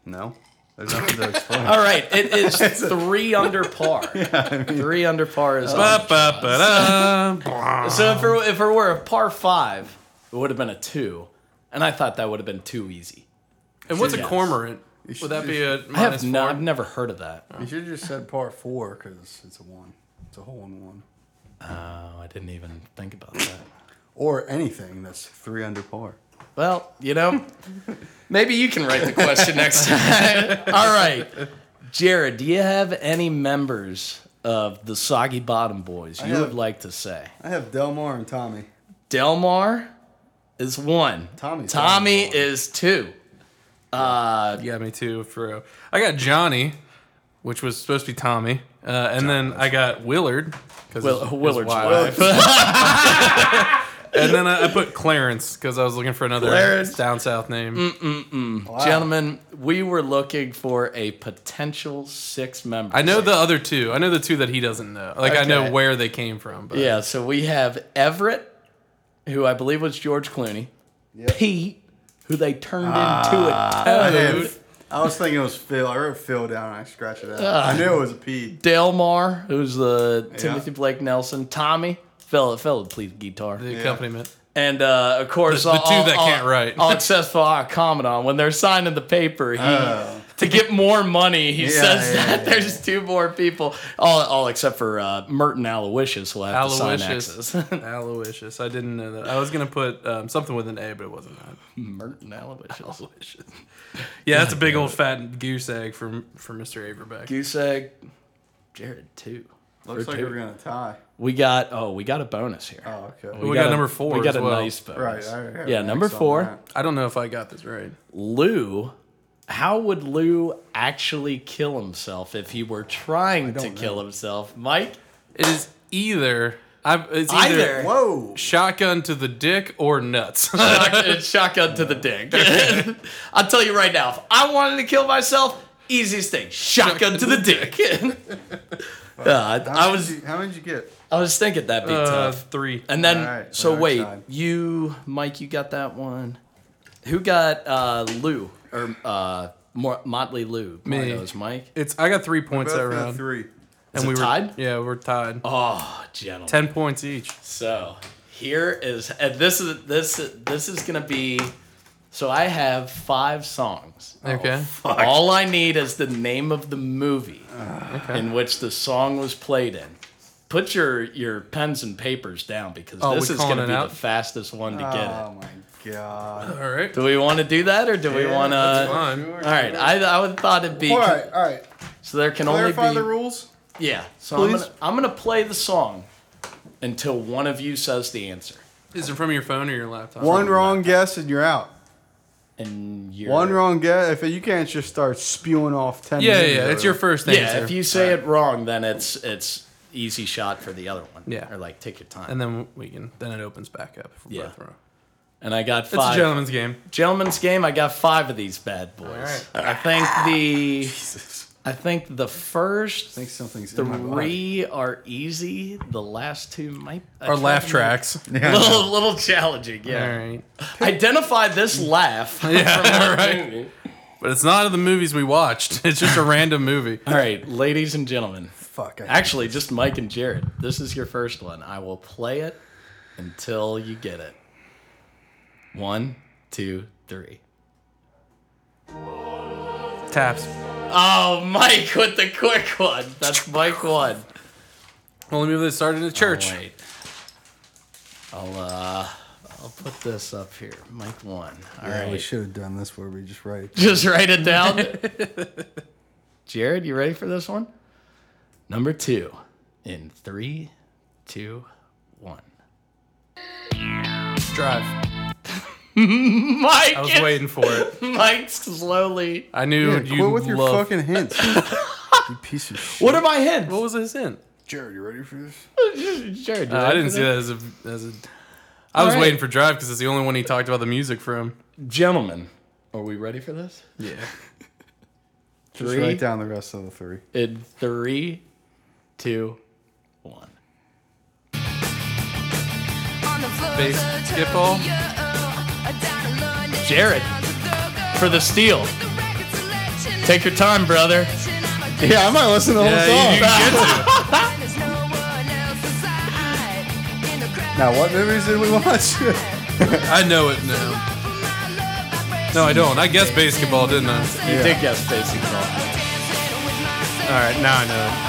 Speaker 3: No, there's nothing to explain.
Speaker 2: All right. It is three under par. Three under par is.
Speaker 1: Ba, ba, ba, da.
Speaker 2: so if it, if it were a par five, it would have been a two, and I thought that would have been too easy.
Speaker 1: and what's a
Speaker 2: Yes.
Speaker 1: cormorant? Would that be a
Speaker 2: I
Speaker 1: minus
Speaker 2: have no,
Speaker 1: four?
Speaker 2: I've never heard of that.
Speaker 3: (laughs) You should have just said part four because it's a one. It's a hole in one.
Speaker 2: Oh, I didn't even think about that.
Speaker 3: Or anything that's three under par.
Speaker 2: Well, you know, (laughs) maybe you can write the question (laughs) next time. All right. Jared, do you have any members of the Soggy Bottom Boys you
Speaker 3: have-
Speaker 2: would like to say?
Speaker 3: I have Delmar and Tommy.
Speaker 2: Delmar is one.
Speaker 3: Tommy's
Speaker 2: Tommy
Speaker 3: Delmar.
Speaker 2: is two. Uh,
Speaker 1: Yeah, me too. For real. I got Johnny, which was supposed to be Tommy, uh, and then I got Willard because
Speaker 2: Will- Willard's wife.
Speaker 1: and then I, I put Clarence because I was looking for another
Speaker 2: Clarence. Mm.
Speaker 1: down south name.
Speaker 3: Wow.
Speaker 2: Gentlemen, we were looking for a potential six member.
Speaker 1: I know the other two. I know the two that he doesn't know. Like I know
Speaker 2: Okay.
Speaker 1: where they came from. But
Speaker 2: Yeah, so we have Everett, who I believe was George Clooney, Pete, who they turned
Speaker 1: Ah,
Speaker 3: I,
Speaker 2: into a toad,
Speaker 3: had- I was thinking it was Phil. I wrote Phil down and I scratched it out.
Speaker 2: Ah.
Speaker 3: I knew it was a P.
Speaker 2: Delmar, who's the Timothy Blake Nelson, Tommy, fella, fella who plays guitar,
Speaker 1: the accompaniment.
Speaker 2: and uh, of course
Speaker 1: The- the
Speaker 2: all-
Speaker 1: two that
Speaker 2: all-
Speaker 1: can't write.
Speaker 2: All successful I comment on when they're signing the paper. He,
Speaker 1: Uh,
Speaker 3: Oh.
Speaker 2: to get more money, he
Speaker 3: Yeah,
Speaker 2: says
Speaker 3: yeah,
Speaker 2: that there's two more people, all, all except for uh, Merton Aloysius, who have to
Speaker 1: Aloysius.
Speaker 2: sign (laughs)
Speaker 1: (laughs)
Speaker 2: X's.
Speaker 1: Aloysius. I didn't know that. I was gonna put um, something with an A, but it wasn't that.
Speaker 2: Merton Aloysius.
Speaker 1: Yeah, that's a big old fat goose egg for for Mr. Averbeck.
Speaker 2: Goose egg, Jared two.
Speaker 3: Looks
Speaker 2: Or
Speaker 3: like
Speaker 2: two.
Speaker 3: we're gonna tie.
Speaker 2: we got oh we got a bonus here.
Speaker 3: Oh, okay.
Speaker 1: We got
Speaker 2: a-
Speaker 1: number four
Speaker 2: We got
Speaker 1: as
Speaker 2: a
Speaker 1: well.
Speaker 2: nice bonus.
Speaker 3: right, all right, all right.
Speaker 2: Yeah, number
Speaker 3: Thanks on
Speaker 2: four.
Speaker 3: that.
Speaker 1: I don't know if I got this right.
Speaker 2: Lou, how would Lou actually kill himself if he were trying to kill himself? Mike,
Speaker 1: It is either I. It's either,
Speaker 2: either,
Speaker 3: Whoa.
Speaker 1: shotgun to the dick or nuts. (laughs)
Speaker 2: Shock- it's shotgun to the dick. (laughs) I'll tell you right now, if I wanted to kill myself, easiest thing, shotgun to the dick. (laughs) Uh,
Speaker 3: How
Speaker 2: I
Speaker 3: many
Speaker 2: was
Speaker 3: did you- how many did you get?
Speaker 2: I was thinking that'd be
Speaker 1: uh,
Speaker 2: tough.
Speaker 1: three.
Speaker 2: And then,
Speaker 3: Alright,
Speaker 2: so
Speaker 3: we're
Speaker 2: wait,
Speaker 3: outside.
Speaker 2: you, Mike, you got that one. Who got uh, Lou or uh, Mo- Motley Lou?
Speaker 1: Me.
Speaker 2: Mine was Mike.
Speaker 1: It's I got three points that
Speaker 3: Both got
Speaker 1: round,
Speaker 3: three.
Speaker 1: and
Speaker 2: it
Speaker 1: we were
Speaker 2: tied?
Speaker 1: Yeah, we're tied.
Speaker 2: Oh, gentlemen.
Speaker 1: Ten points each.
Speaker 2: So here is, and this is this this is gonna be. So I have five songs.
Speaker 1: Okay.
Speaker 2: All I need is the name of the movie
Speaker 3: Ah.
Speaker 2: in which the song was played in. Put your your pens and papers down because
Speaker 1: Oh,
Speaker 2: this
Speaker 1: we
Speaker 2: is
Speaker 1: calling
Speaker 2: gonna
Speaker 1: it
Speaker 2: be
Speaker 1: out?
Speaker 2: the fastest one to get it.
Speaker 3: Oh my god.
Speaker 1: All right.
Speaker 2: Do we want to do that, or do we want
Speaker 1: that's
Speaker 2: to?
Speaker 1: fine.
Speaker 2: All right, I I would thought it'd be
Speaker 3: All right, all right.
Speaker 2: so there can only
Speaker 3: Clarify
Speaker 2: be
Speaker 3: the rules.
Speaker 2: yeah. So I'm
Speaker 3: Please.
Speaker 2: gonna, I'm gonna play the song until one of you says the answer,
Speaker 1: Is it from your phone or your laptop?
Speaker 3: One wrong guess and you're out.
Speaker 2: and you're
Speaker 3: One wrong guess. If you can't just start spewing off ten.
Speaker 1: Yeah,
Speaker 3: names
Speaker 1: yeah.
Speaker 3: or
Speaker 1: It's your first answer.
Speaker 2: Yeah, if you say it wrong, then it's it's easy shot for the other one.
Speaker 1: Yeah.
Speaker 2: or like take your time.
Speaker 1: and
Speaker 2: And,
Speaker 1: then we can. Then it opens back up. If we're
Speaker 2: Yeah.
Speaker 1: both wrong.
Speaker 2: I got
Speaker 1: It's
Speaker 2: five.
Speaker 1: a gentleman's game.
Speaker 2: Gentleman's game. I got five of these bad boys.
Speaker 1: right.
Speaker 2: I think the I think the first
Speaker 3: I think something's in
Speaker 2: (laughs)
Speaker 3: my body.
Speaker 2: three are easy. The last two might I
Speaker 1: Our
Speaker 2: can't
Speaker 1: laugh
Speaker 2: remember.
Speaker 1: tracks.
Speaker 2: (laughs) little little challenging. Yeah.
Speaker 1: All right.
Speaker 2: Identify this laugh.
Speaker 1: (laughs) Yeah,
Speaker 2: that
Speaker 1: right.
Speaker 2: movie.
Speaker 1: But it's not of the movies we watched. (laughs) It's just a random movie.
Speaker 2: All right, ladies and gentlemen.
Speaker 3: Fuck. I
Speaker 2: Actually, just Mike and Jared. This is your first one. I will play it until you get it. One, two, three.
Speaker 1: Taps.
Speaker 2: Oh, Mike with the quick one. That's Mike one.
Speaker 1: Only movie that started in a church.
Speaker 2: Oh, Wait. I'll uh I'll put this up here. Mike one. All right.
Speaker 3: Yeah, We should have done this where we just write.
Speaker 2: Just write it down. (laughs) Jared, you ready for this one? Number two. In three, two, one.
Speaker 1: Drive.
Speaker 2: Mike
Speaker 1: I was
Speaker 2: is-
Speaker 1: waiting for it.
Speaker 2: (laughs) Mike slowly.
Speaker 1: I knew
Speaker 3: Yeah,
Speaker 1: you
Speaker 3: quit with your
Speaker 1: love.
Speaker 3: fucking hints.
Speaker 2: (laughs)
Speaker 3: you piece of shit.
Speaker 2: What are my hints?
Speaker 1: What was his hint?
Speaker 3: Jared, you ready for this?
Speaker 2: Jared,
Speaker 1: Uh, I didn't see that as a. As a I was
Speaker 2: All right.
Speaker 1: waiting for Drive because it's the only one he talked about the music from.
Speaker 2: Gentlemen, are we ready for this?
Speaker 1: Yeah.
Speaker 3: Just
Speaker 2: Three.
Speaker 3: write down the rest of the three.
Speaker 2: In three, two, one.
Speaker 1: Bass
Speaker 6: Skiffle.
Speaker 2: Jared, For the steal. Take your time, brother.
Speaker 3: Yeah, I might listen to the
Speaker 1: Yeah, you- you
Speaker 3: (laughs) Now, what movies did we watch? (laughs)
Speaker 1: I know it now. No, I don't. I guessed basketball, didn't I?
Speaker 2: You did guess basic ball.
Speaker 1: All right, now I know.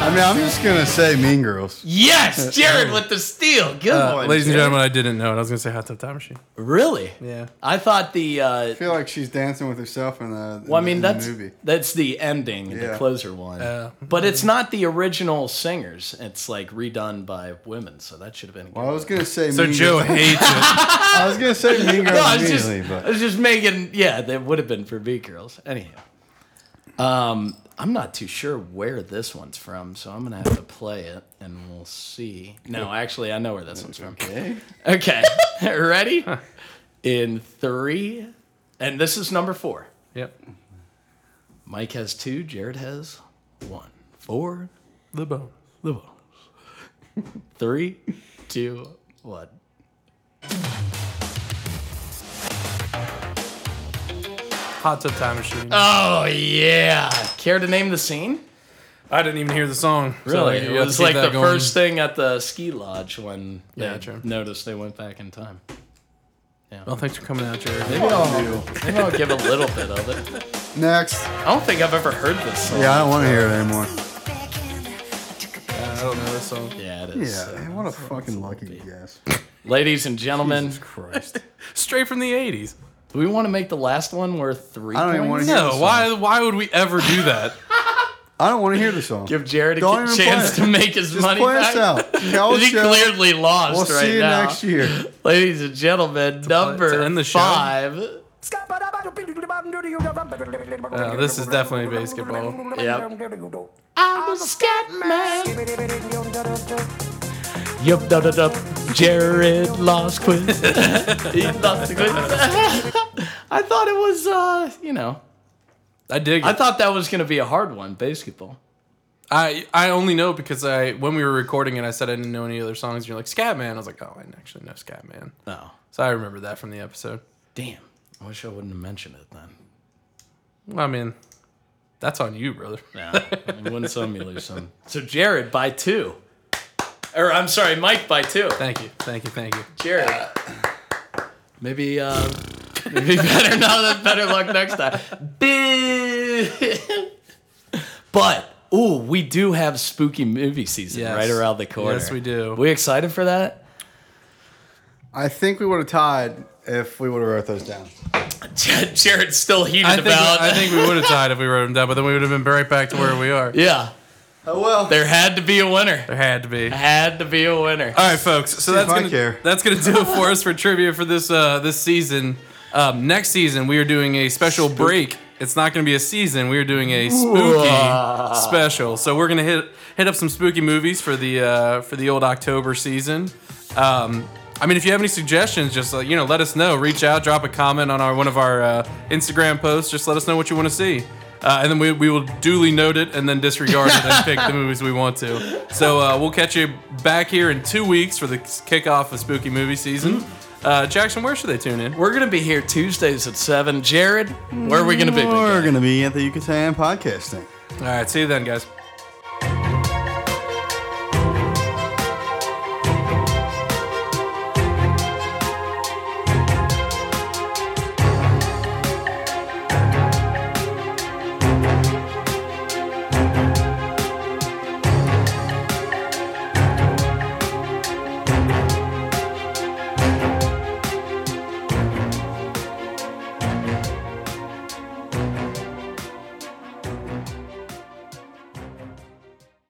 Speaker 3: I mean, I'm just gonna say Mean Girls.
Speaker 1: (laughs)
Speaker 2: Yes, Jared with the steal. Good
Speaker 1: Uh,
Speaker 2: one,
Speaker 1: ladies and
Speaker 2: Jared.
Speaker 1: gentlemen, I didn't know it. I was going to say Hot Tub Time Machine.
Speaker 2: Really?
Speaker 1: Yeah.
Speaker 2: I thought the. Uh,
Speaker 3: I feel like she's dancing with herself in the. In
Speaker 2: well, I
Speaker 3: the-
Speaker 2: mean
Speaker 3: in the
Speaker 2: that's
Speaker 3: movie.
Speaker 2: that's the ending, the
Speaker 3: Yeah.
Speaker 2: closer one.
Speaker 1: Uh,
Speaker 2: but it's not the original singers. It's like redone by women, so that should have been. A good
Speaker 3: Well, I was gonna say.
Speaker 1: So
Speaker 3: mean
Speaker 1: Joe
Speaker 3: Girls.
Speaker 1: hates it.
Speaker 3: I was
Speaker 2: (laughs)
Speaker 3: gonna say Mean Girls
Speaker 2: no, I was just,
Speaker 3: immediately,
Speaker 2: I
Speaker 3: but
Speaker 2: was just making. Yeah, that would have been for B girls. Anyhow, um, I'm not too sure where this one's from, so I'm gonna have to play it, and we'll see. No, actually, I know where this one's from.
Speaker 3: okay.
Speaker 2: (laughs) Okay, ready? In three, and this is number four.
Speaker 1: (laughs) Yep.
Speaker 2: Mike has two. Jared has one. Four.
Speaker 1: The bone.
Speaker 2: The bonus. (laughs) Three, two, one.
Speaker 1: Hot Tub Time Machine.
Speaker 2: Oh yeah! Care to name the scene?
Speaker 1: I didn't even hear the song. so
Speaker 2: Really?
Speaker 1: you
Speaker 2: it
Speaker 1: have
Speaker 2: was
Speaker 1: to keep
Speaker 2: like
Speaker 1: that
Speaker 2: the
Speaker 1: going.
Speaker 2: first thing at the ski lodge when they
Speaker 1: Yeah, true.
Speaker 2: noticed they went back in time.
Speaker 1: Well, thanks for coming out, Jared.
Speaker 2: Maybe I'll, maybe I'll give a little bit of it.
Speaker 3: Next.
Speaker 2: I don't think I've ever heard this song.
Speaker 3: Yeah, I don't want to hear it anymore.
Speaker 1: I don't know this song.
Speaker 2: Yeah, it is.
Speaker 3: Yeah,
Speaker 2: uh,
Speaker 3: man, what a fucking lucky guess.
Speaker 2: ladies and gentlemen, (laughs)
Speaker 3: Christ.
Speaker 1: Straight from the 80s.
Speaker 2: do we want to make the last one worth three
Speaker 3: I don't even
Speaker 2: points?
Speaker 3: wanna hear
Speaker 1: No,
Speaker 3: this
Speaker 1: why why would we ever do that?
Speaker 3: I don't want to hear the song.
Speaker 2: Give Jared a
Speaker 3: Don't even
Speaker 2: chance
Speaker 3: play
Speaker 2: to make his
Speaker 3: Just
Speaker 2: money
Speaker 3: play
Speaker 2: back. (laughs)
Speaker 3: us out. Tell us
Speaker 2: he
Speaker 3: show.
Speaker 2: clearly lost
Speaker 3: We'll
Speaker 2: right
Speaker 3: see you
Speaker 2: now.
Speaker 3: next year.
Speaker 2: (laughs) Ladies and gentlemen, number
Speaker 1: to end the show?
Speaker 2: five.
Speaker 1: Uh, this is definitely basketball.
Speaker 6: Yep.
Speaker 2: I'm a scat man. Yup, da da da. Jared lost (laughs) quiz. he lost the quiz. I thought it was, uh, you know,
Speaker 1: (laughs) I dig it.
Speaker 2: I thought that was going to be a hard one, basketball.
Speaker 1: I I only know because I when we were recording it, I said I didn't know any other songs. You're like Scatman. I was like, oh, I actually know Scatman.
Speaker 2: Oh,
Speaker 1: So I remember that from the episode.
Speaker 2: damn. I wish I wouldn't have mentioned it then.
Speaker 1: I mean, that's on you, brother.
Speaker 2: Yeah, win some, you lose some. So Jared by two, or I'm sorry, Mike by two.
Speaker 1: Thank you, thank you, thank you.
Speaker 2: Jared, Uh, maybe uh, (laughs) maybe better now. Better luck next time. Boo. but ooh, we do have spooky movie season
Speaker 1: Yes.
Speaker 2: right around the corner.
Speaker 1: Yes, we do.
Speaker 2: We excited for that?
Speaker 3: I think we would have tied if we would have wrote those down.
Speaker 2: Jared's still heated
Speaker 1: I think,
Speaker 2: about.
Speaker 1: I think we would have tied if we wrote them down, but then we would have been right back to where we are.
Speaker 2: (laughs) yeah,
Speaker 3: Oh well.
Speaker 2: there had to be a winner.
Speaker 1: There had to be.
Speaker 2: Had to be a winner.
Speaker 1: All right, folks. So
Speaker 3: See if
Speaker 1: that's
Speaker 3: I
Speaker 1: gonna
Speaker 3: care.
Speaker 1: that's gonna do it for us for trivia for this uh, this season. Um, next season we are doing a special break. It's not gonna be a season. We are doing a spooky special. So we're gonna hit hit up some spooky movies for the uh, for the old October season. Um, I mean, if you have any suggestions, just uh, you know, let us know. Reach out, drop a comment on our one of our uh, Instagram posts. Just let us know what you want to see, uh, and then we, we will duly note it and then disregard it (laughs) and pick the movies we want to. So uh, we'll catch you back here in two weeks for the kickoff of spooky movie season. Uh, Jackson, where should they tune in?
Speaker 2: We're gonna be here Tuesdays at seven. Jared, where are we gonna be? big guy?
Speaker 3: We're gonna be at the Yucatan podcasting.
Speaker 1: All right, see you then, guys.